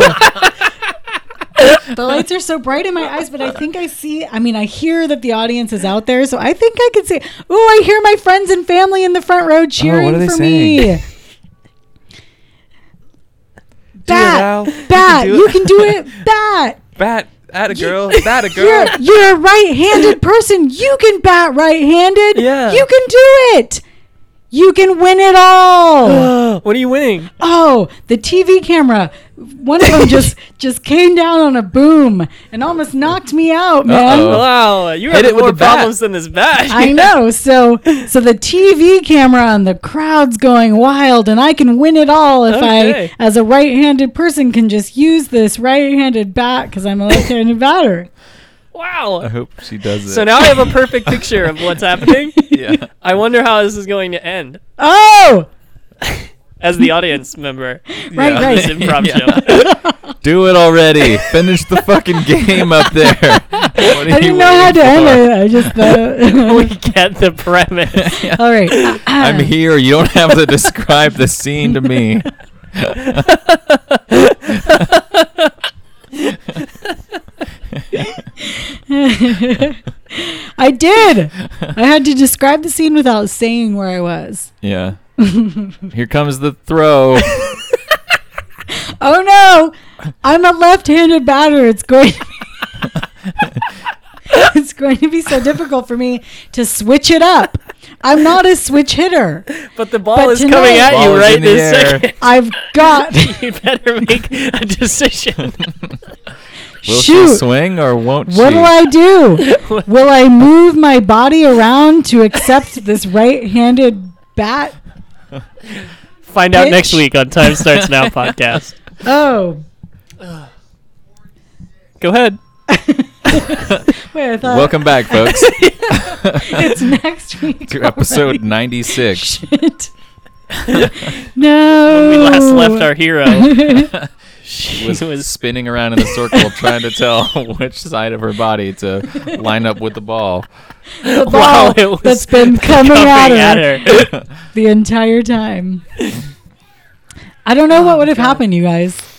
Speaker 2: the lights are so bright in my eyes, but I think I see. I mean, I hear that the audience is out there, so I think I can see. Ooh, I hear my friends and family in the front row cheering
Speaker 1: Oh, are they
Speaker 2: for
Speaker 1: saying?
Speaker 2: me. Bat, bat, you can
Speaker 1: [LAUGHS]
Speaker 2: do it. Bat,
Speaker 1: Bat at a
Speaker 2: [LAUGHS]
Speaker 1: girl. Bat a girl.
Speaker 2: you're you're a right-handed person. You can bat right-handed.
Speaker 3: Yeah.
Speaker 2: you can do it. You can win it all.
Speaker 3: what are you winning?
Speaker 2: oh the tv camera one of them just just came down on a boom and almost knocked me out man
Speaker 1: Uh-oh.
Speaker 3: Wow, you
Speaker 1: Uh, Hit
Speaker 3: have
Speaker 1: it with
Speaker 3: more
Speaker 1: the bat.
Speaker 3: problems than this bat.
Speaker 2: i know so so the tv camera and the crowd's going wild and i can win it all if
Speaker 3: Okay.
Speaker 2: i as a right-handed person can just use this right-handed bat because i'm a left-handed batter
Speaker 1: I
Speaker 3: [LAUGHS] Wow.
Speaker 1: hope she does it.
Speaker 3: So now I have
Speaker 1: [LAUGHS]
Speaker 3: a perfect picture of what's happening.
Speaker 1: yeah.
Speaker 3: I wonder how this is going to end
Speaker 2: oh
Speaker 3: as the audience member.
Speaker 2: right
Speaker 1: Yeah.
Speaker 3: This
Speaker 2: right
Speaker 3: improv
Speaker 1: Yeah.
Speaker 3: show.
Speaker 1: [LAUGHS] Do it already. Finish the fucking game up there.
Speaker 3: [LAUGHS]
Speaker 1: What are
Speaker 2: [LAUGHS] i
Speaker 1: you
Speaker 2: didn't know how to
Speaker 1: waiting
Speaker 2: end
Speaker 1: for?
Speaker 2: it i just
Speaker 1: [LAUGHS]
Speaker 3: we
Speaker 2: thought
Speaker 3: get the premise.
Speaker 2: all right [CLEARS THROAT]
Speaker 1: I'm here. You don't have to describe the scene to
Speaker 3: [LAUGHS]
Speaker 1: me.
Speaker 2: [LAUGHS] i did i had to describe the scene without saying where i was
Speaker 3: [LAUGHS]
Speaker 1: Yeah. Here comes the throw.
Speaker 2: Oh no! I'm a left-handed batter. It's going. [LAUGHS] it's going to be so difficult for me to switch it up. I'm not a switch hitter.
Speaker 3: But the ball
Speaker 2: But
Speaker 3: is coming
Speaker 2: tonight-
Speaker 3: at
Speaker 1: Ball
Speaker 3: you
Speaker 1: is
Speaker 3: right
Speaker 1: in the
Speaker 3: this
Speaker 1: air.
Speaker 3: second.
Speaker 2: [LAUGHS] I've got
Speaker 3: [LAUGHS] you better make a decision.
Speaker 1: Will she
Speaker 2: shoot.
Speaker 1: swing or won't she?
Speaker 2: What'll I do? Will I move my body around to accept this right-handed bat?
Speaker 3: Find out next
Speaker 2: Bitch.
Speaker 3: week on Time Starts Now podcast.
Speaker 2: [LAUGHS] Oh,
Speaker 3: Go ahead.
Speaker 2: [LAUGHS] wait! I thought
Speaker 1: Welcome back, folks, [LAUGHS]
Speaker 2: [LAUGHS] it's next week.
Speaker 1: to episode
Speaker 2: already.
Speaker 1: 96. [LAUGHS]
Speaker 2: Shit. no.
Speaker 3: We last
Speaker 2: [LAUGHS]
Speaker 3: left our [LAUGHS] hero. She
Speaker 1: Was,
Speaker 3: was,
Speaker 1: spinning around in a circle trying to tell [LAUGHS] which side of her body to line up with the ball.
Speaker 2: the ball
Speaker 3: Wow, it was
Speaker 2: that's
Speaker 3: [LAUGHS]
Speaker 2: been coming,
Speaker 3: coming
Speaker 2: at,
Speaker 3: at
Speaker 2: her
Speaker 3: her.
Speaker 2: the entire time. I don't know
Speaker 3: Oh,
Speaker 2: what would have happened, you guys. [LAUGHS]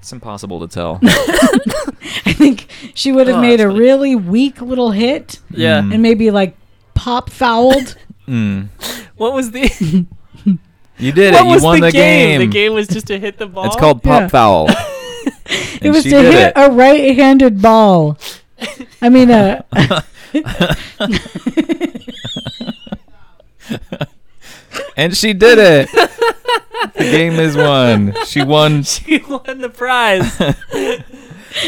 Speaker 1: It's impossible to tell.
Speaker 2: I think she would have
Speaker 3: Oh,
Speaker 2: made
Speaker 3: that's
Speaker 2: a
Speaker 3: funny.
Speaker 2: really weak little hit
Speaker 3: yeah.
Speaker 1: Mm.
Speaker 2: and maybe like pop
Speaker 1: [LAUGHS]
Speaker 2: fouled.
Speaker 1: Mm.
Speaker 3: What was the?
Speaker 1: You did
Speaker 3: What
Speaker 1: it. You
Speaker 3: was
Speaker 1: won
Speaker 3: the,
Speaker 1: the,
Speaker 3: game? The game was just to hit the ball.
Speaker 1: It's called Pop
Speaker 2: Yeah.
Speaker 1: Foul.
Speaker 2: [LAUGHS] it was to hit a right-handed ball. I mean, uh,
Speaker 1: and she did it. the
Speaker 2: [LAUGHS]
Speaker 1: game is won. She won.
Speaker 3: [LAUGHS] She won the
Speaker 1: [LAUGHS]
Speaker 3: prize.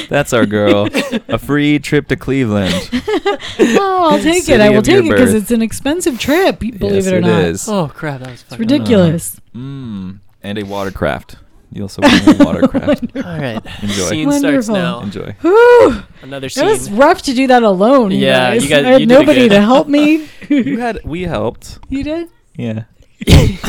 Speaker 1: That's our girl. a free trip to Cleveland.
Speaker 2: [LAUGHS] oh, I'll take it.
Speaker 1: City
Speaker 2: I will
Speaker 1: of your
Speaker 2: take it because
Speaker 1: birth.
Speaker 2: it's an expensive trip. Believe
Speaker 1: yes,
Speaker 2: it or not,
Speaker 1: is.
Speaker 3: oh crap! That was
Speaker 2: it's
Speaker 3: fucking.
Speaker 1: [LAUGHS]
Speaker 2: ridiculous.
Speaker 1: Mm. And a watercraft. You also won a
Speaker 2: [LAUGHS]
Speaker 1: watercraft.
Speaker 3: All right.
Speaker 1: Enjoy.
Speaker 3: [LAUGHS] Scene starts
Speaker 2: Wonderful.
Speaker 3: now.
Speaker 1: Enjoy.
Speaker 2: Whew,
Speaker 3: Another
Speaker 2: it was
Speaker 3: scene.
Speaker 2: rough to do that alone. you
Speaker 3: Yeah, you
Speaker 2: guys.
Speaker 3: guys-
Speaker 2: I had
Speaker 3: you did
Speaker 1: [LAUGHS]
Speaker 2: nobody
Speaker 3: good.
Speaker 2: to help me. [LAUGHS]
Speaker 1: You had. We helped.
Speaker 2: you did?
Speaker 1: Yeah.
Speaker 2: Did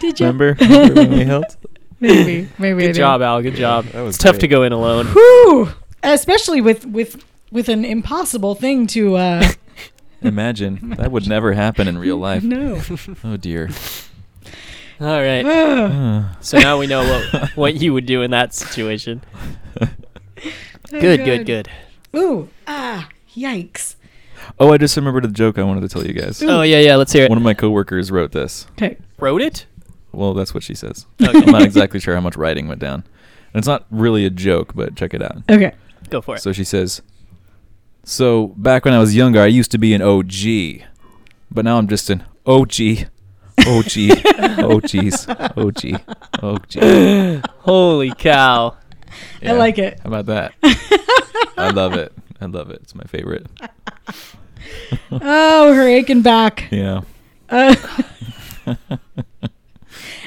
Speaker 2: you?
Speaker 1: Remember?
Speaker 2: [LAUGHS]
Speaker 1: Remember when we helped?
Speaker 2: Maybe, maybe. I
Speaker 3: Good
Speaker 2: did.
Speaker 3: job, Al. Good job.
Speaker 1: That was
Speaker 3: It's tough
Speaker 1: great.
Speaker 3: to go in alone.
Speaker 2: Whew. Especially with with with an impossible thing to uh
Speaker 1: Imagine that would never happen in real [LAUGHS] life. [LAUGHS]
Speaker 2: no.
Speaker 1: Oh dear. [SIGHS] Oh,
Speaker 3: All right.
Speaker 2: Ugh.
Speaker 1: Uh, [LAUGHS]
Speaker 3: So now we know what what you would do in that situation. Good, good, good.
Speaker 2: Ooh, ah, yikes.
Speaker 1: Oh, I just remembered a joke I wanted to tell you guys.
Speaker 3: Oh yeah, yeah. Let's hear it.
Speaker 1: One of my coworkers wrote this.
Speaker 2: Okay.
Speaker 3: Wrote it?
Speaker 1: Well, that's what she [LAUGHS] says.
Speaker 3: Okay.
Speaker 1: I'm not exactly sure how much writing went down. And it's not really a joke, but check it out.
Speaker 2: Okay.
Speaker 3: Go for it.
Speaker 1: So she says, So back when I was younger, I used to be an OG, but now I'm just an OG. OG. OGs. OG. OG.
Speaker 3: Holy
Speaker 1: [LAUGHS]
Speaker 3: cow!
Speaker 1: Yeah.
Speaker 2: I like it.
Speaker 1: How about
Speaker 2: [LAUGHS]
Speaker 1: that? I love it. I love it. It's my favorite.
Speaker 2: Oh, her aching back.
Speaker 1: Yeah.
Speaker 2: [LAUGHS] Uh,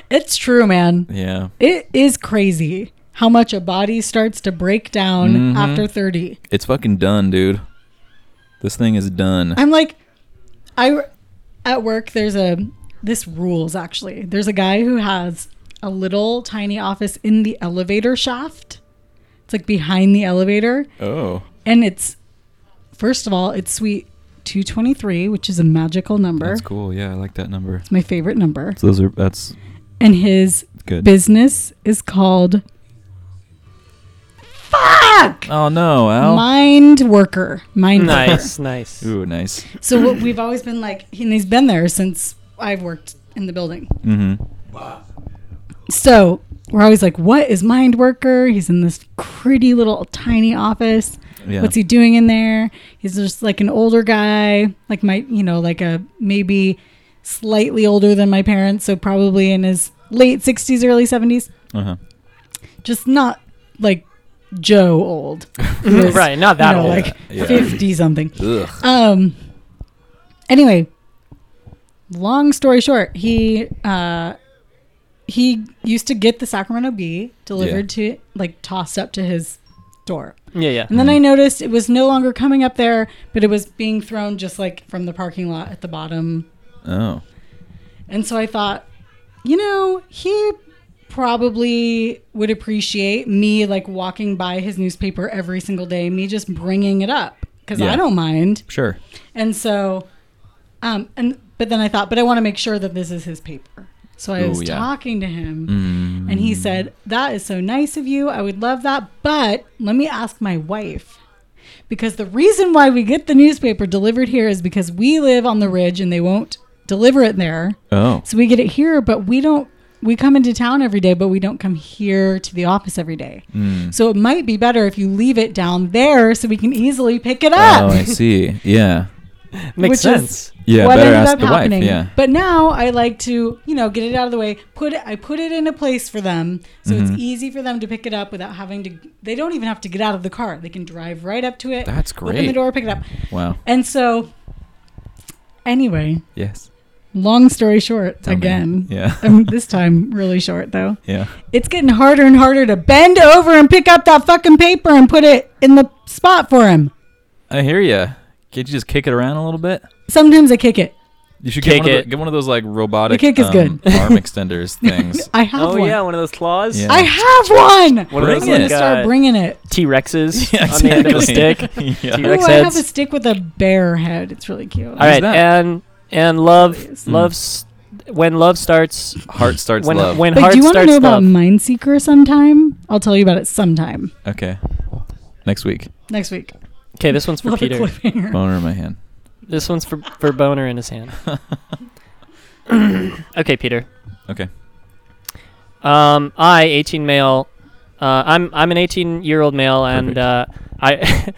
Speaker 2: it's true, man.
Speaker 1: Yeah.
Speaker 2: It is crazy how much a body starts to break down
Speaker 1: Mhm.
Speaker 2: after 30.
Speaker 1: It's fucking done, dude. This thing is done.
Speaker 2: I'm like, I at work. There's a this rules actually. There's a guy who has a little tiny office in the elevator shaft. It's like behind the elevator,
Speaker 1: Oh.
Speaker 2: and it's first of all, it's suite 223, which is a magical number.
Speaker 1: That's cool. Yeah, I like that number.
Speaker 2: It's my favorite number.
Speaker 1: So those are that's
Speaker 2: And his
Speaker 1: good.
Speaker 2: business is called Fuck
Speaker 1: Oh no, Al.
Speaker 2: Mind Worker. Mind Worker.
Speaker 3: Nice, nice.
Speaker 1: Ooh, nice.
Speaker 2: So what we've always been like, and he's been there since I've worked in the building.
Speaker 1: Mm-hmm.
Speaker 2: So we're always like, what is Mind Worker? He's in this pretty little tiny office.
Speaker 1: Yeah.
Speaker 2: What's he doing in there? He's just like an older guy, like my, you know, like a maybe slightly older than my parents. So probably in his late 60s, early 70s.
Speaker 1: Uh-huh.
Speaker 2: Just not like Joe old. He was,
Speaker 3: [LAUGHS] right, not
Speaker 2: You
Speaker 3: that
Speaker 2: know,
Speaker 3: old.
Speaker 2: like
Speaker 1: Yeah.
Speaker 2: 50 something.
Speaker 1: Ugh.
Speaker 2: Um. Anyway, long story short, he uh, he used to get the Sacramento Bee delivered to like tossed up to his door,
Speaker 3: yeah, yeah.
Speaker 2: and then I noticed it was no longer coming up there, but it was being thrown just like from the parking lot at the bottom.
Speaker 1: Oh.
Speaker 2: And so I thought, you know, he probably would appreciate me like walking by his newspaper every single day, me just bringing it up because
Speaker 1: Yeah.
Speaker 2: I don't mind.
Speaker 1: Sure.
Speaker 2: And so, um, and but then I thought, but I want to make sure that this is his paper. So I
Speaker 1: Ooh,
Speaker 2: was
Speaker 1: yeah.
Speaker 2: talking to him,
Speaker 1: Mm.
Speaker 2: and he said, "That is so nice of you. I would love that, but let me ask my wife." Because the reason why we get the newspaper delivered here is because we live on the ridge and they won't deliver it there.
Speaker 1: Oh.
Speaker 2: So we get it here, but we don't. We come into town every day, but we don't come here to the office every day.
Speaker 1: Mm.
Speaker 2: So it might be better if you leave it down there so we can easily pick it up.
Speaker 1: Oh, I see. Yeah.
Speaker 3: Makes
Speaker 2: which
Speaker 3: sense.
Speaker 2: is-
Speaker 1: Yeah.
Speaker 2: what
Speaker 1: better
Speaker 2: ended
Speaker 1: ask
Speaker 2: up
Speaker 1: the
Speaker 2: happening.
Speaker 1: wife. Yeah.
Speaker 2: But now I like to, you know, get it out of the way. Put it, I put it in a place for them, so
Speaker 1: Mm-hmm.
Speaker 2: it's easy for them to pick it up without having to. They don't even have to get out of the car. They can drive right up to it.
Speaker 1: That's
Speaker 2: Open the
Speaker 1: great.
Speaker 2: door, pick it up.
Speaker 1: Wow.
Speaker 2: And so, anyway,
Speaker 1: Yes.
Speaker 2: long story short,
Speaker 1: Tell me.
Speaker 2: again.
Speaker 1: Yeah.
Speaker 2: [LAUGHS] um, this time really short though.
Speaker 1: Yeah.
Speaker 2: It's getting harder and harder to bend over and pick up that fucking paper and put it in the spot for him.
Speaker 1: I hear you. Can't you just kick it around a little bit?
Speaker 2: Sometimes I kick it.
Speaker 1: You should
Speaker 3: Kick
Speaker 1: get, one Of
Speaker 3: it.
Speaker 1: the, get one of those like robotic
Speaker 2: The kick is
Speaker 1: um,
Speaker 2: good.
Speaker 3: [LAUGHS]
Speaker 1: arm extenders things.
Speaker 2: [LAUGHS] I have
Speaker 3: Oh
Speaker 2: one.
Speaker 3: yeah, one of those claws.
Speaker 1: Yeah.
Speaker 2: I have one.
Speaker 3: One of those
Speaker 1: Bring
Speaker 2: I'm
Speaker 1: it.
Speaker 2: gonna
Speaker 3: like,
Speaker 2: start
Speaker 3: uh,
Speaker 2: bringing it.
Speaker 3: T
Speaker 1: [LAUGHS]
Speaker 3: Rexes [LAUGHS]
Speaker 1: Yeah,
Speaker 3: on the end of a stick.
Speaker 1: exactly. [LAUGHS] Yeah.
Speaker 3: T
Speaker 2: Oh,
Speaker 3: Rex
Speaker 2: I have
Speaker 3: heads.
Speaker 2: a stick with a bear head. It's really cute.
Speaker 3: All right,
Speaker 1: that?
Speaker 3: and and love,
Speaker 2: Please.
Speaker 3: loves when love starts.
Speaker 1: Heart starts
Speaker 3: when
Speaker 1: love.
Speaker 3: when
Speaker 2: but
Speaker 3: heart
Speaker 2: do you want to
Speaker 3: starts
Speaker 2: know about
Speaker 3: love.
Speaker 2: Mindseeker sometime? I'll tell you about it sometime
Speaker 1: okay. Next week.
Speaker 2: next week.
Speaker 3: Okay, this one's for
Speaker 2: Love a
Speaker 3: Peter.
Speaker 2: cliffhanger.
Speaker 1: Boner in my
Speaker 3: [LAUGHS]
Speaker 1: hand.
Speaker 3: This one's for for boner in
Speaker 1: [LAUGHS]
Speaker 3: his hand. okay, Peter.
Speaker 1: Okay.
Speaker 3: Um, I, 18 male, uh, I'm I'm an 18 year old male, and
Speaker 1: Perfect.
Speaker 3: uh, I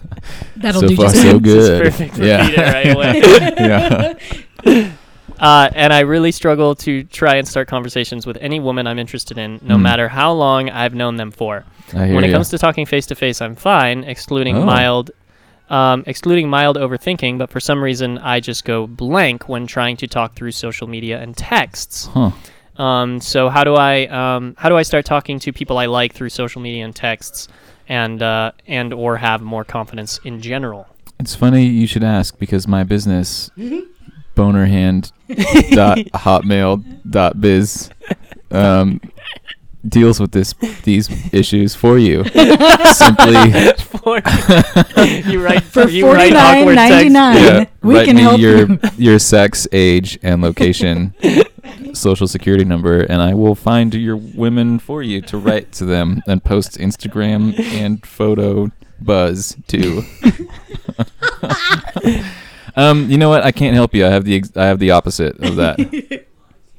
Speaker 3: [LAUGHS]
Speaker 2: That'll
Speaker 1: so
Speaker 2: do
Speaker 1: far,
Speaker 2: just
Speaker 1: Oh, so
Speaker 2: fine.
Speaker 1: good.
Speaker 3: This is perfect for
Speaker 1: yeah.
Speaker 3: Peter right away.
Speaker 1: [LAUGHS] yeah.
Speaker 3: uh, and I really struggle to try and start conversations with any woman I'm interested in, no
Speaker 1: Mm.
Speaker 3: matter how long I've known them for.
Speaker 1: I hear
Speaker 3: when it
Speaker 1: ya.
Speaker 3: comes to talking face to face, I'm fine, excluding
Speaker 1: Oh.
Speaker 3: mild, um, excluding mild overthinking. But for some reason, I just go blank when trying to talk through social media and texts.
Speaker 1: Huh.
Speaker 3: Um, so how do I um, how do I start talking to people I like through social media and texts, and uh, and or have more confidence in general? [LAUGHS]
Speaker 1: It's funny you should ask because my business,
Speaker 3: Mm-hmm. [LAUGHS]
Speaker 1: bonerhand dot hotmail dot biz, um, deals with this these issues for you. [LAUGHS] Simply, [LAUGHS]
Speaker 3: For you write
Speaker 2: For
Speaker 3: you write
Speaker 2: forty nine
Speaker 3: awkward texts.
Speaker 2: ninety nine,
Speaker 1: yeah,
Speaker 2: we
Speaker 1: write
Speaker 2: can
Speaker 1: me [LAUGHS]
Speaker 2: help
Speaker 1: your
Speaker 2: you. [LAUGHS]
Speaker 1: your sex, age, and location, social security number, and I will find your women for you to write to them and post Instagram and photo buzz too. um, you know what? I can't help you. I have the ex- I have the opposite of
Speaker 2: [LAUGHS]
Speaker 1: that.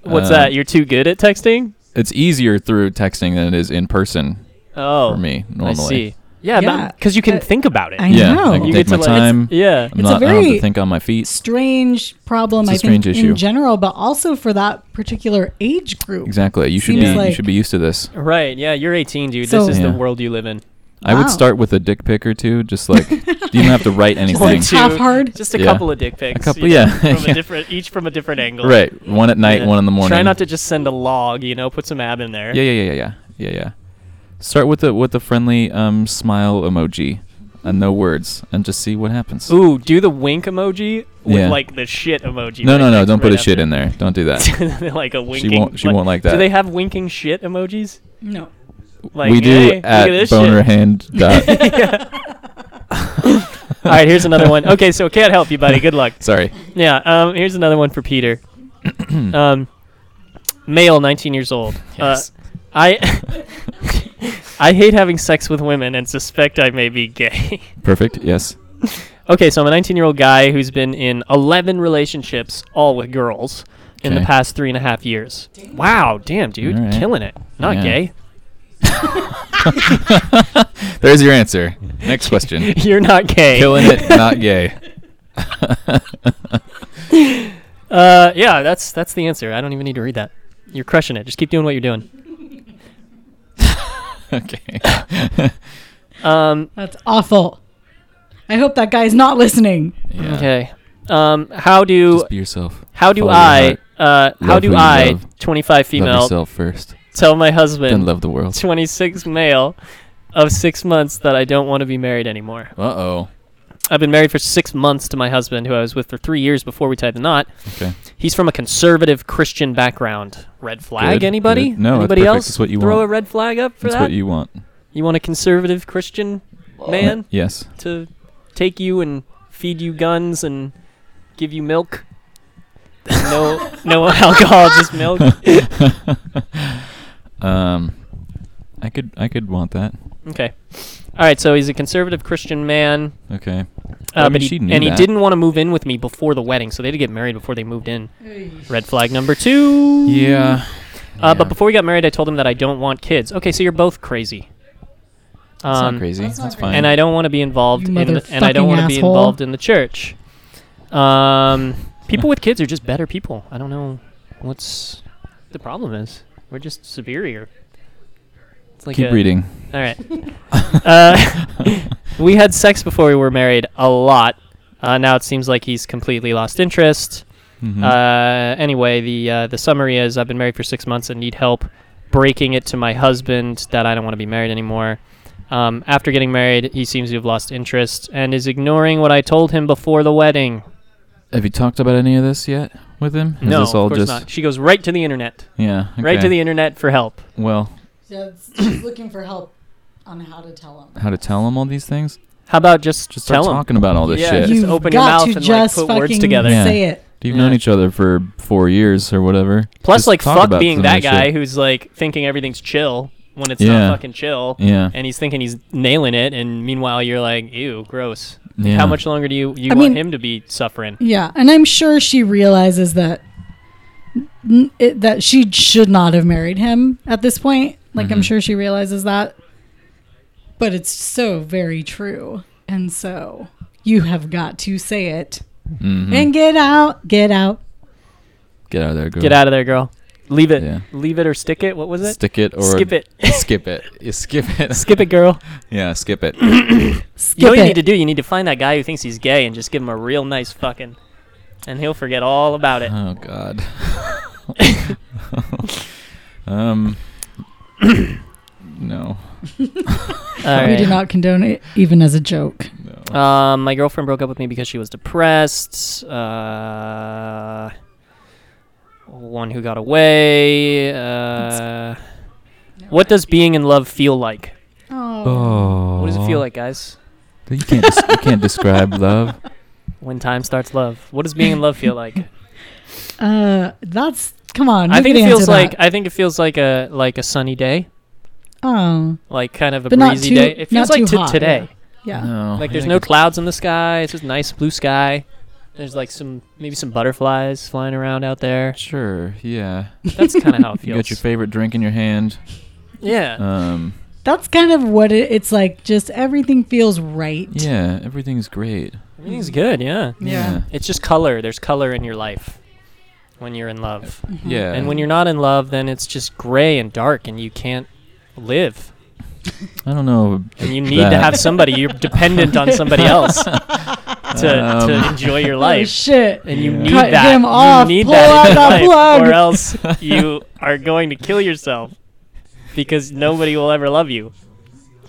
Speaker 3: What's
Speaker 1: Uh,
Speaker 3: that? You're too good at texting?
Speaker 1: It's easier through texting than it is in person
Speaker 3: Oh,
Speaker 1: for me
Speaker 3: I
Speaker 1: normally.
Speaker 3: see. Yeah,
Speaker 2: Yeah.
Speaker 3: because you can
Speaker 2: Uh,
Speaker 3: think about it.
Speaker 2: I
Speaker 1: Yeah,
Speaker 2: know.
Speaker 1: I can
Speaker 3: You
Speaker 1: take
Speaker 3: get
Speaker 1: my
Speaker 3: to, like-
Speaker 1: time.
Speaker 3: yeah.
Speaker 1: I'm
Speaker 2: It's a
Speaker 1: not. I don't have
Speaker 2: very-
Speaker 1: to think on my feet.
Speaker 2: [LAUGHS] strange problem.
Speaker 1: It's
Speaker 2: I
Speaker 1: a strange
Speaker 2: think
Speaker 1: issue.
Speaker 2: in general, but also for that particular age group.
Speaker 1: Exactly. You should
Speaker 2: Seems
Speaker 1: be.
Speaker 2: like-
Speaker 1: you should be used to this.
Speaker 3: Right. Yeah. You're 18, dude.
Speaker 2: So-
Speaker 3: this is
Speaker 1: Yeah.
Speaker 3: the world you live in.
Speaker 1: I would
Speaker 2: Wow.
Speaker 1: start with a dick pic or two, just
Speaker 2: [LAUGHS]
Speaker 1: like you don't have to write
Speaker 3: [LAUGHS]
Speaker 2: Just
Speaker 1: anything.
Speaker 2: like
Speaker 3: Point two.
Speaker 2: half hard.
Speaker 3: Just a
Speaker 1: Yeah.
Speaker 3: couple of dick pics.
Speaker 1: couple-
Speaker 3: you know,
Speaker 1: yeah.
Speaker 3: from
Speaker 1: [LAUGHS] Yeah.
Speaker 3: a different, each from a different angle.
Speaker 1: Right. One at night,
Speaker 3: Yeah.
Speaker 1: one in the morning.
Speaker 3: Try not to just send a log. You know, put some ab in there.
Speaker 1: Yeah, yeah, yeah, yeah, yeah, yeah. Start with the with the friendly um smile emoji, and no words, and just see what happens.
Speaker 3: Ooh, do the wink emoji with
Speaker 1: Yeah.
Speaker 3: like the shit emoji.
Speaker 1: no, no,
Speaker 3: right
Speaker 1: no!
Speaker 3: next-
Speaker 1: Don't put
Speaker 3: right
Speaker 1: a shit
Speaker 3: after.
Speaker 1: in there. Don't do
Speaker 3: [LAUGHS]
Speaker 1: that.
Speaker 3: like a winking.
Speaker 1: won't- she won't like that.
Speaker 3: Do they have winking shit emojis?
Speaker 1: [LAUGHS]
Speaker 3: [LAUGHS]
Speaker 2: No.
Speaker 3: Like,
Speaker 1: we do
Speaker 3: hey, look
Speaker 1: at
Speaker 3: at this
Speaker 1: boner
Speaker 3: shit.
Speaker 1: hand. Dot.
Speaker 3: [LAUGHS]
Speaker 1: [LAUGHS]
Speaker 3: All right, here's another one. Okay, so can't help you, buddy. Good luck.
Speaker 1: Sorry.
Speaker 3: Yeah. Um, here's another one
Speaker 1: [COUGHS]
Speaker 3: for Peter. um, male, 19 years old.
Speaker 1: Yes.
Speaker 3: Uh, I [LAUGHS] I hate having sex with women and suspect I may be gay. [LAUGHS]
Speaker 1: Perfect. Yes. [LAUGHS]
Speaker 3: okay, so I'm a 19 year old guy who's been in 11 relationships, all with girls, in the
Speaker 1: Okay.
Speaker 3: past three and a half years. Wow, damn, dude,
Speaker 1: All right.
Speaker 3: killing it. Not
Speaker 1: Yeah.
Speaker 3: gay. [LAUGHS]
Speaker 1: There's your answer. Next
Speaker 3: [LAUGHS]
Speaker 1: question.
Speaker 3: You're not gay.
Speaker 1: Killing it. Not gay. [LAUGHS]
Speaker 3: Uh, yeah, that's that's the answer. I don't even need to read that. You're crushing it. Just keep doing what you're doing. [LAUGHS]
Speaker 1: okay.
Speaker 3: Um,
Speaker 2: That's awful. I hope that guy's not listening.
Speaker 1: Yeah.
Speaker 3: okay. Um, how do
Speaker 1: Just be yourself.
Speaker 3: how do
Speaker 1: follow your
Speaker 3: I
Speaker 1: heart.
Speaker 3: uh how
Speaker 1: Love who
Speaker 3: do
Speaker 1: you
Speaker 3: I
Speaker 1: love.
Speaker 3: 25
Speaker 1: Love
Speaker 3: female
Speaker 1: yourself first,
Speaker 3: tell my
Speaker 1: then
Speaker 3: husband
Speaker 1: love the world.
Speaker 3: 26 male of 6 months that I don't want to be married anymore.
Speaker 1: Uh oh.
Speaker 3: I've been married for 6 months to my husband who I was with for 3 years before we tied the knot.
Speaker 1: Okay.
Speaker 3: He's from a conservative Christian background. Red flag
Speaker 1: Good,
Speaker 3: anybody?
Speaker 1: good. No, that's
Speaker 3: anybody
Speaker 1: perfect.
Speaker 3: else?
Speaker 1: That's what you
Speaker 3: Throw
Speaker 1: want.
Speaker 3: a red flag up for
Speaker 1: That's
Speaker 3: that?
Speaker 1: what you want.
Speaker 3: You want a conservative Christian man
Speaker 1: Yes.
Speaker 3: to take you and feed you guns and give you milk? no, no alcohol,
Speaker 1: [LAUGHS]
Speaker 3: just milk.
Speaker 1: Um, I could I could want that.
Speaker 3: Okay. All right. So he's a conservative Christian man,
Speaker 1: Okay.
Speaker 3: uh,
Speaker 1: I mean,
Speaker 3: but he,
Speaker 1: she knew
Speaker 3: and he
Speaker 1: that.
Speaker 3: didn't want to move in with me before the wedding, so they had to get married before they moved in.
Speaker 2: [LAUGHS]
Speaker 3: Red flag number two.
Speaker 1: Yeah.
Speaker 3: Uh, But before we got married, I told him that I don't want kids. Okay, so you're both crazy.
Speaker 1: That's
Speaker 3: Um,
Speaker 1: not crazy. That's,
Speaker 2: not
Speaker 1: fine.
Speaker 3: And I don't want to be involved in
Speaker 2: You
Speaker 3: the, and I don't
Speaker 2: motherfucking
Speaker 3: want to be
Speaker 2: asshole.
Speaker 3: involved in the church. Um, people with kids are just better people. I don't know what's the problem is. We're just superior. It's like
Speaker 1: keep
Speaker 3: a-
Speaker 1: reading.
Speaker 3: All right. uh, [LAUGHS] we had sex before we were married a lot. Uh, now it seems like he's completely lost interest.
Speaker 1: Mhm.
Speaker 3: Uh, anyway, the uh, the summary is I've been married for six months and need help breaking it to my husband that I don't want to be married anymore. Um, after getting married, he seems to have lost interest and is ignoring what I told him before the wedding.
Speaker 1: Have you talked about any of this yet with him? Is
Speaker 3: no,
Speaker 1: this all
Speaker 3: of course
Speaker 1: just
Speaker 3: not. She goes right to the internet,
Speaker 1: yeah?
Speaker 3: right to
Speaker 1: okay.
Speaker 3: the internet for help.
Speaker 1: well,
Speaker 2: Yeah, she's looking for help on how to tell him.
Speaker 1: how to tell him all these things?
Speaker 3: How about just,
Speaker 1: Just start
Speaker 3: tell him?
Speaker 1: talking about all this
Speaker 3: Yeah,
Speaker 1: shit.
Speaker 3: just
Speaker 2: You've
Speaker 3: open your
Speaker 2: got
Speaker 3: mouth
Speaker 2: to
Speaker 3: and, like,
Speaker 2: just
Speaker 3: put words
Speaker 2: fucking
Speaker 3: together.
Speaker 1: Yeah.
Speaker 2: Say it.
Speaker 1: You've
Speaker 3: Yeah.
Speaker 1: known each other for four years or whatever.
Speaker 3: Plus,
Speaker 1: Just
Speaker 3: like,
Speaker 1: talk
Speaker 3: fuck
Speaker 1: about
Speaker 3: being
Speaker 1: some
Speaker 3: that
Speaker 1: of this
Speaker 3: guy
Speaker 1: shit.
Speaker 3: who's like thinking everything's chill when it's
Speaker 1: Yeah.
Speaker 3: not fucking chill,
Speaker 1: Yeah.
Speaker 3: and he's thinking he's nailing it, and meanwhile you're like, ew, gross.
Speaker 1: yeah.
Speaker 3: How much longer do you you
Speaker 2: I
Speaker 3: want
Speaker 2: mean-
Speaker 3: him to be suffering?
Speaker 2: Yeah, and I'm sure she realizes that n- it, that she should not have married him at this point. Like I'm
Speaker 3: Mm-hmm.
Speaker 1: Mhm.
Speaker 2: sure she realizes that. But it's so very true. And so you have got to say it
Speaker 3: Mm.
Speaker 1: Mhm.
Speaker 2: and get out, get out.
Speaker 1: Get out of there, girl.
Speaker 3: Get out of there, girl. Leave it.
Speaker 1: Yeah.
Speaker 3: Leave it or stick it. What was it?
Speaker 1: Stick it or
Speaker 3: skip [LAUGHS] it.
Speaker 1: skip it. You skip it.
Speaker 3: skip it, girl.
Speaker 1: [LAUGHS] yeah, skip it.
Speaker 2: Skip
Speaker 3: you know what you
Speaker 2: it.
Speaker 3: need to do? You need to find that guy who thinks he's gay and just give him a real nice fucking, and he'll forget all about it.
Speaker 1: Oh
Speaker 3: [LAUGHS]
Speaker 1: God. [LAUGHS] um. no.
Speaker 3: All
Speaker 2: we do not condone it even as a joke.
Speaker 1: No.
Speaker 3: Um, my girlfriend broke up with me because she was depressed. Uh, one who got away. Uh, what does being in love feel like?
Speaker 2: Oh.
Speaker 3: What does it feel like, guys?
Speaker 1: You can't. Des- you can't
Speaker 3: [LAUGHS]
Speaker 1: describe love.
Speaker 2: [LAUGHS]
Speaker 3: When time starts love. What does being in love feel like?
Speaker 2: Uh, that's Come on.
Speaker 3: I
Speaker 2: you
Speaker 3: think
Speaker 2: could
Speaker 3: it feels
Speaker 2: answer that.
Speaker 3: like I think it feels like a like a sunny day,
Speaker 2: oh
Speaker 3: like kind of a
Speaker 2: But not
Speaker 3: breezy
Speaker 2: too-
Speaker 3: day. It feels
Speaker 2: not
Speaker 3: like
Speaker 2: too
Speaker 3: to
Speaker 2: hot,
Speaker 3: today.
Speaker 2: yeah.
Speaker 1: No,
Speaker 3: Like
Speaker 1: Oh, I
Speaker 3: there's
Speaker 1: think
Speaker 3: no
Speaker 1: it's-
Speaker 3: clouds in the sky. It's just nice blue sky. There's like some maybe some butterflies flying around out there.
Speaker 1: Sure, yeah.
Speaker 3: Uh-huh.
Speaker 2: [LAUGHS]
Speaker 3: That's kind of how
Speaker 1: [LAUGHS]
Speaker 3: it
Speaker 1: You
Speaker 3: feels.
Speaker 1: got your favorite drink in your hand.
Speaker 3: yeah.
Speaker 1: Um,
Speaker 2: That's kind of what it, it's like. Just everything feels right.
Speaker 1: yeah, everything's great.
Speaker 3: Everything's good, yeah.
Speaker 2: Yeah.
Speaker 3: It's just color. There's color in your life when you're in love.
Speaker 2: Mm-hmm.
Speaker 1: Yeah. yeah.
Speaker 3: And when you're not in love, then it's just gray and dark and you can't live.
Speaker 1: I don't know.
Speaker 3: And you need to
Speaker 1: That.
Speaker 3: have somebody.
Speaker 1: [LAUGHS]
Speaker 3: You're dependent
Speaker 2: [LAUGHS]
Speaker 3: on somebody else to, to
Speaker 1: Um,
Speaker 3: enjoy
Speaker 1: [LAUGHS]
Speaker 3: your
Speaker 2: Oh
Speaker 3: life.
Speaker 2: shit.
Speaker 3: And you
Speaker 1: Yeah.
Speaker 3: need
Speaker 2: Cut
Speaker 3: that.
Speaker 2: him off.
Speaker 3: You need
Speaker 2: Pull
Speaker 3: that in
Speaker 2: out the
Speaker 3: your life,
Speaker 2: plug.
Speaker 3: or else you are going to kill yourself because nobody will ever love you.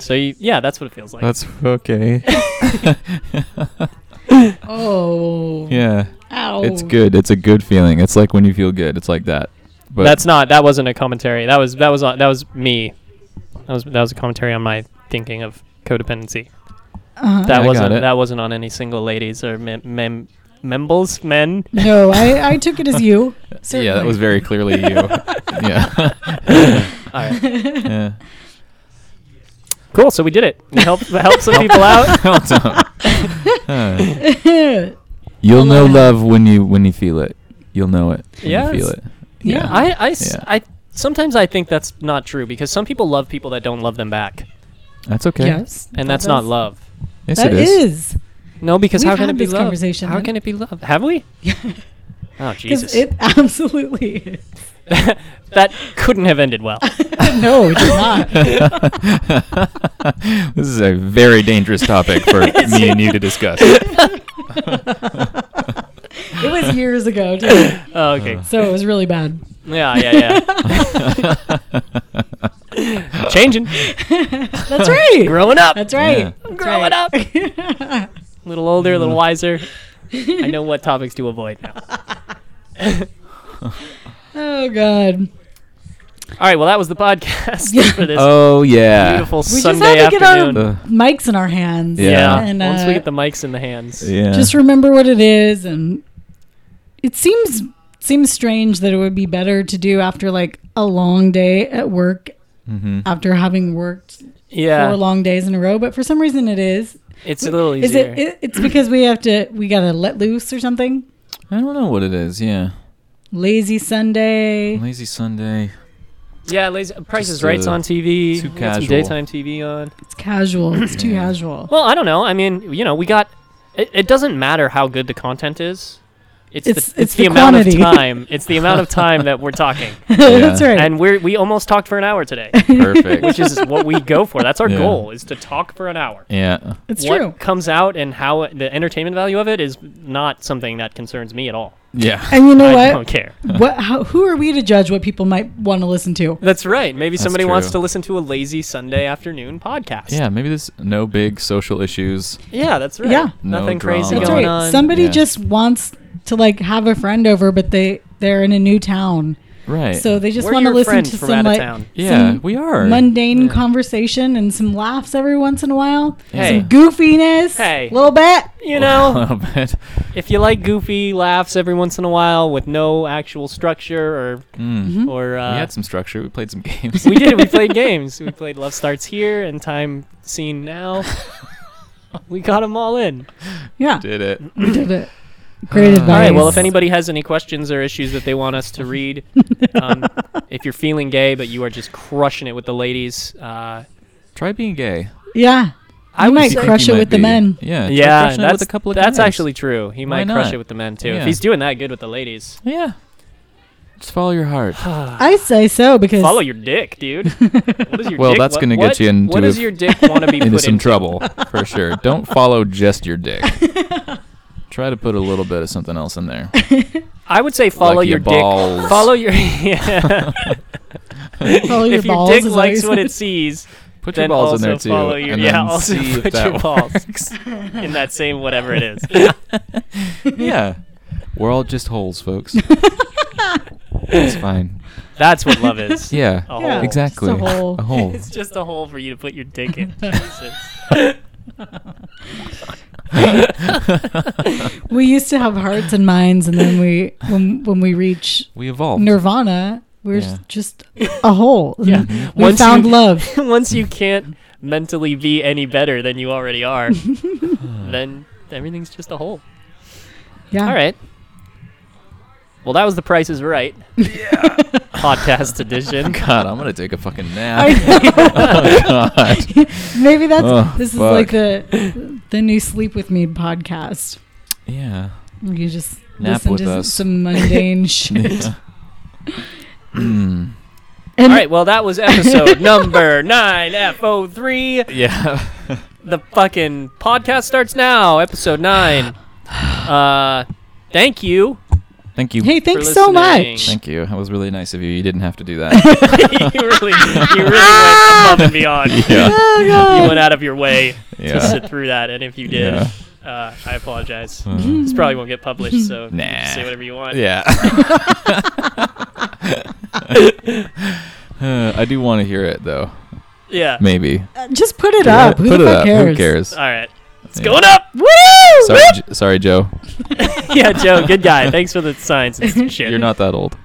Speaker 3: So you, yeah, that's what it feels
Speaker 1: [LAUGHS]
Speaker 3: like.
Speaker 1: That's
Speaker 3: [LAUGHS]
Speaker 1: okay.
Speaker 2: Oh.
Speaker 1: yeah,
Speaker 2: Ow.
Speaker 1: it's good. It's a good feeling. It's like when you feel good. It's like that. But
Speaker 3: that's not. That wasn't a commentary. That was that was on, that was me. That was that was a commentary on my thinking of codependency.
Speaker 1: I
Speaker 2: Uh-huh.
Speaker 3: That
Speaker 1: got
Speaker 3: wasn't
Speaker 1: it.
Speaker 3: that wasn't on any single ladies or mem, mem members men.
Speaker 2: No, I,
Speaker 3: [LAUGHS]
Speaker 2: I took it as you.
Speaker 1: [LAUGHS] yeah, that was very clearly
Speaker 2: [LAUGHS]
Speaker 1: you. yeah.
Speaker 3: [LAUGHS] All
Speaker 2: [LAUGHS]
Speaker 3: right,
Speaker 1: yeah.
Speaker 3: cool. So we did it. We helped help some
Speaker 1: [LAUGHS]
Speaker 3: people out.
Speaker 1: Well
Speaker 3: [LAUGHS]
Speaker 1: done. Uh,
Speaker 2: very.
Speaker 1: you'll know love when you when you feel it. You'll know it. When
Speaker 3: Yes.
Speaker 1: You feel it.
Speaker 2: Yeah.
Speaker 3: I I s-
Speaker 1: Yeah.
Speaker 3: I- sometimes I think that's not true because some people love people that don't love them back,
Speaker 1: That's okay.
Speaker 2: [LAUGHS] Yes.
Speaker 3: and that's
Speaker 2: That
Speaker 3: not
Speaker 2: is-
Speaker 3: love.
Speaker 1: Yes,
Speaker 2: that
Speaker 1: it is.
Speaker 2: is. [LAUGHS]
Speaker 3: No, because
Speaker 2: We've
Speaker 3: how can
Speaker 2: had
Speaker 3: it be
Speaker 2: this
Speaker 3: love?
Speaker 2: conversation,
Speaker 3: how
Speaker 2: right?
Speaker 3: can it be love? Have we?
Speaker 2: [LAUGHS]
Speaker 3: Oh Jesus,
Speaker 2: Because it [LAUGHS] absolutely is.
Speaker 3: [LAUGHS] that couldn't have ended well.
Speaker 2: [LAUGHS] no, it's not.
Speaker 1: [LAUGHS] this is a very [LAUGHS] dangerous topic
Speaker 2: [LAUGHS]
Speaker 1: for me and you to discuss.
Speaker 2: It was
Speaker 1: [LAUGHS]
Speaker 2: years ago, too.
Speaker 3: Oh, okay.
Speaker 2: So it was really bad.
Speaker 3: Yeah, yeah,
Speaker 1: [LAUGHS]
Speaker 3: yeah. Changing,
Speaker 2: That's [LAUGHS] right.
Speaker 3: growing up,
Speaker 2: That's right.
Speaker 3: growing up. A
Speaker 2: Yeah.
Speaker 3: little older, a
Speaker 1: Mm-hmm.
Speaker 3: little wiser. I know what topics to avoid now.
Speaker 2: [LAUGHS] oh, God.
Speaker 3: All right, well, that was the podcast for this
Speaker 1: Oh yeah.
Speaker 3: beautiful
Speaker 2: We
Speaker 3: Sunday
Speaker 2: just had to get
Speaker 3: afternoon.
Speaker 2: our
Speaker 1: Uh,
Speaker 2: mics in our hands.
Speaker 1: Yeah.
Speaker 3: yeah,
Speaker 2: And,
Speaker 3: once
Speaker 2: uh,
Speaker 3: we get the mics in the hands.
Speaker 1: yeah.
Speaker 2: Just remember what it is, and it seems seems strange that it would be better to do after like a long day at work
Speaker 1: hmm
Speaker 2: after having worked four
Speaker 3: Yeah,
Speaker 2: long days in a row. But for some reason, it is.
Speaker 3: it's a little
Speaker 2: Is
Speaker 3: easier.
Speaker 2: it, it? It's because we have to. We gotta let loose or something.
Speaker 1: I don't know what it is. Yeah.
Speaker 2: Lazy Sunday.
Speaker 1: Lazy Sunday.
Speaker 3: yeah, lazy, Price is
Speaker 1: Just,
Speaker 3: Right's
Speaker 1: uh,
Speaker 3: on TV.
Speaker 1: too
Speaker 3: We got some
Speaker 1: casual.
Speaker 3: daytime TV on.
Speaker 2: It's casual. It's too casual. [LAUGHS]
Speaker 3: [LAUGHS] Well, I don't know. I mean, you know, we got. It, it doesn't matter how good the content is. It's,
Speaker 2: It's-
Speaker 3: the, it's,
Speaker 2: it's
Speaker 3: the,
Speaker 2: the
Speaker 3: amount of
Speaker 2: quantity.
Speaker 3: time. It's the amount of time that we're talking,
Speaker 2: That's
Speaker 1: Yeah.
Speaker 2: [LAUGHS] right.
Speaker 3: and we're we almost talked for an hour today,
Speaker 1: Perfect.
Speaker 3: which is what we go for. That's our
Speaker 1: Yeah.
Speaker 3: goal: is to talk for an hour.
Speaker 1: yeah.
Speaker 2: it's
Speaker 3: what
Speaker 2: true.
Speaker 3: comes out and how it- the entertainment value of it is not something that concerns me at all.
Speaker 1: Yeah.
Speaker 2: And you know
Speaker 3: I
Speaker 2: what?
Speaker 3: don't care.
Speaker 2: what how, who are we to judge what people might want to listen to
Speaker 3: That's right. Maybe
Speaker 1: That's
Speaker 3: somebody wants
Speaker 1: true.
Speaker 3: to listen to a lazy Sunday afternoon podcast.
Speaker 1: Yeah. Maybe there's no big social issues.
Speaker 3: yeah, that's right.
Speaker 2: Yeah.
Speaker 1: No
Speaker 3: nothing crazy
Speaker 1: drama.
Speaker 2: that's
Speaker 3: going
Speaker 2: right
Speaker 3: on.
Speaker 2: somebody
Speaker 1: Yeah.
Speaker 2: just wants to like have a friend over but they they're in a new town
Speaker 1: Right.
Speaker 2: so they just
Speaker 3: We're
Speaker 2: want to
Speaker 3: your
Speaker 2: listen
Speaker 3: friend
Speaker 2: to
Speaker 3: from
Speaker 2: some
Speaker 3: out of
Speaker 2: like
Speaker 3: town.
Speaker 1: yeah,
Speaker 2: some
Speaker 1: we are.
Speaker 2: mundane conversation and some laughs every once in a while
Speaker 3: Hey.
Speaker 2: some goofiness
Speaker 3: Hey.
Speaker 2: a little bit
Speaker 1: [LAUGHS]
Speaker 3: you
Speaker 1: A
Speaker 3: know,
Speaker 1: little bit.
Speaker 3: if you like goofy laughs every once in a while with no actual structure or
Speaker 2: Mm-hmm.
Speaker 1: Mm.
Speaker 3: or
Speaker 1: we
Speaker 3: uh,
Speaker 1: had some structure. We played some [LAUGHS] games.
Speaker 3: we did it. We
Speaker 1: [LAUGHS]
Speaker 3: played games. We played Love Starts Here and Time
Speaker 1: [LAUGHS]
Speaker 3: Seen Now. we got them all in.
Speaker 2: yeah
Speaker 1: did it.
Speaker 2: we did
Speaker 3: [LAUGHS]
Speaker 2: it great advice
Speaker 3: All right. Well, if anybody has any questions or issues that they want us
Speaker 1: [LAUGHS]
Speaker 3: to read, um, if you're feeling gay but you are just crushing it with the ladies, uh,
Speaker 1: Try being gay.
Speaker 2: yeah
Speaker 3: I
Speaker 2: You
Speaker 3: would
Speaker 2: might
Speaker 3: say-
Speaker 1: You think
Speaker 2: crush
Speaker 1: you
Speaker 2: it
Speaker 1: might
Speaker 2: with the
Speaker 1: be.
Speaker 2: men.
Speaker 1: Yeah. try
Speaker 3: yeah,
Speaker 1: crushing it
Speaker 3: that's
Speaker 1: with a couple of
Speaker 3: that's
Speaker 1: guys.
Speaker 3: actually true. He
Speaker 1: Why
Speaker 3: might crush
Speaker 1: not?
Speaker 3: it with the men too. If
Speaker 1: Yeah.
Speaker 3: he's doing that good with the ladies, [SIGHS]
Speaker 1: Yeah. Just follow your
Speaker 3: [LAUGHS]
Speaker 1: heart.
Speaker 2: i say so because
Speaker 3: follow your
Speaker 2: [LAUGHS]
Speaker 3: dick, dude. What is your
Speaker 1: Well,
Speaker 3: dick-
Speaker 1: that's
Speaker 3: what-
Speaker 1: gonna get
Speaker 3: what-
Speaker 1: you into
Speaker 3: What does
Speaker 1: a-
Speaker 3: your dick want to
Speaker 1: [LAUGHS]
Speaker 3: be
Speaker 1: into
Speaker 3: put
Speaker 1: some trouble for sure. Don't follow just your
Speaker 3: [LAUGHS]
Speaker 1: dick. Try to put a little bit of something else in
Speaker 3: [LAUGHS]
Speaker 1: there. [LAUGHS]
Speaker 3: I would say follow
Speaker 1: Like your
Speaker 3: your dick.
Speaker 1: balls.
Speaker 2: [LAUGHS]
Speaker 3: Follow your. [LAUGHS] Yeah.
Speaker 2: follow your
Speaker 3: if your
Speaker 2: balls
Speaker 3: dick
Speaker 2: is what
Speaker 3: likes
Speaker 2: you
Speaker 3: what
Speaker 2: said.
Speaker 3: it sees,
Speaker 1: Put your
Speaker 3: then
Speaker 1: balls
Speaker 3: also
Speaker 1: in there too,
Speaker 3: follow your
Speaker 1: and
Speaker 3: yeah.
Speaker 1: then
Speaker 3: [LAUGHS] Also
Speaker 1: see if
Speaker 3: put
Speaker 1: that
Speaker 3: your balls
Speaker 1: [LAUGHS] works.
Speaker 2: [LAUGHS]
Speaker 3: in that same whatever it is.
Speaker 1: yeah, we're all just holes, folks. it's
Speaker 3: [LAUGHS]
Speaker 1: fine.
Speaker 3: That's what love
Speaker 1: [LAUGHS]
Speaker 3: is.
Speaker 1: Yeah,
Speaker 3: A
Speaker 2: Yeah.
Speaker 3: hole.
Speaker 1: exactly.
Speaker 2: Just a hole. [LAUGHS]
Speaker 3: [LAUGHS] It's just a hole for you to put your dick in. Jesus.
Speaker 2: we used to have hearts and minds, and then we when when we reach
Speaker 1: we evolved.
Speaker 2: nirvana, we're
Speaker 1: Yeah.
Speaker 2: just a hole.
Speaker 3: Yeah.
Speaker 2: Uh,
Speaker 1: Mm-hmm.
Speaker 2: [LAUGHS] we
Speaker 3: Once
Speaker 2: found
Speaker 3: you-
Speaker 2: love.
Speaker 3: [LAUGHS] Once you can't mentally be any better than you already
Speaker 2: [LAUGHS]
Speaker 3: are, then everything's just a hole.
Speaker 2: Yeah.
Speaker 3: All right. Well, that was the Price is Right. [LAUGHS] Podcast
Speaker 1: [LAUGHS]
Speaker 3: edition.
Speaker 1: God, I'm gonna take a fucking [LAUGHS]
Speaker 2: I
Speaker 1: nap.
Speaker 2: know.
Speaker 1: oh God.
Speaker 2: [LAUGHS] Maybe that's
Speaker 1: Oh,
Speaker 2: this is
Speaker 1: fuck.
Speaker 2: like the the new sleep with me podcast.
Speaker 1: Yeah. [LAUGHS]
Speaker 2: You can just
Speaker 1: Nap
Speaker 2: listen
Speaker 1: with
Speaker 2: to
Speaker 1: us.
Speaker 2: some
Speaker 1: [LAUGHS]
Speaker 2: mundane shit.
Speaker 1: Yeah. Mm.
Speaker 3: All
Speaker 2: And
Speaker 3: right. Well, that was episode number nine, FO3.
Speaker 1: Yeah.
Speaker 3: The fucking podcast starts now,
Speaker 1: [SIGHS]
Speaker 3: episode nine. Uh, thank you. [LAUGHS]
Speaker 1: Thank you.
Speaker 2: hey, thanks
Speaker 3: for
Speaker 2: so
Speaker 3: listening.
Speaker 2: much.
Speaker 1: Thank you. That was really nice of you. You didn't have to do that.
Speaker 3: [LAUGHS] you really, you really went above and beyond.
Speaker 1: [LAUGHS] yeah.
Speaker 2: [LAUGHS] Oh,
Speaker 1: [LAUGHS]
Speaker 3: You
Speaker 2: God.
Speaker 3: went out of your way to
Speaker 1: Yeah.
Speaker 3: sit through that, and if you did,
Speaker 1: Yeah.
Speaker 3: uh, I apologize.
Speaker 2: [LAUGHS]
Speaker 1: Uh,
Speaker 3: This probably won't get published, so you
Speaker 1: Nah.
Speaker 3: can say whatever you want.
Speaker 1: yeah. Uh, I do want to hear it though.
Speaker 3: Yeah.
Speaker 1: Maybe.
Speaker 2: Uh, Just put it
Speaker 1: Do
Speaker 2: up.
Speaker 1: it-
Speaker 2: Who
Speaker 1: Put
Speaker 2: the
Speaker 1: it
Speaker 2: fuck
Speaker 1: up.
Speaker 2: cares?
Speaker 1: Who cares?
Speaker 3: All right. It's
Speaker 1: Yeah.
Speaker 3: going up.
Speaker 2: Woo!
Speaker 1: Sorry, J- sorry, Joe.
Speaker 3: [LAUGHS] yeah, Joe, good guy. Thanks for the science and shit.
Speaker 1: You're not that old.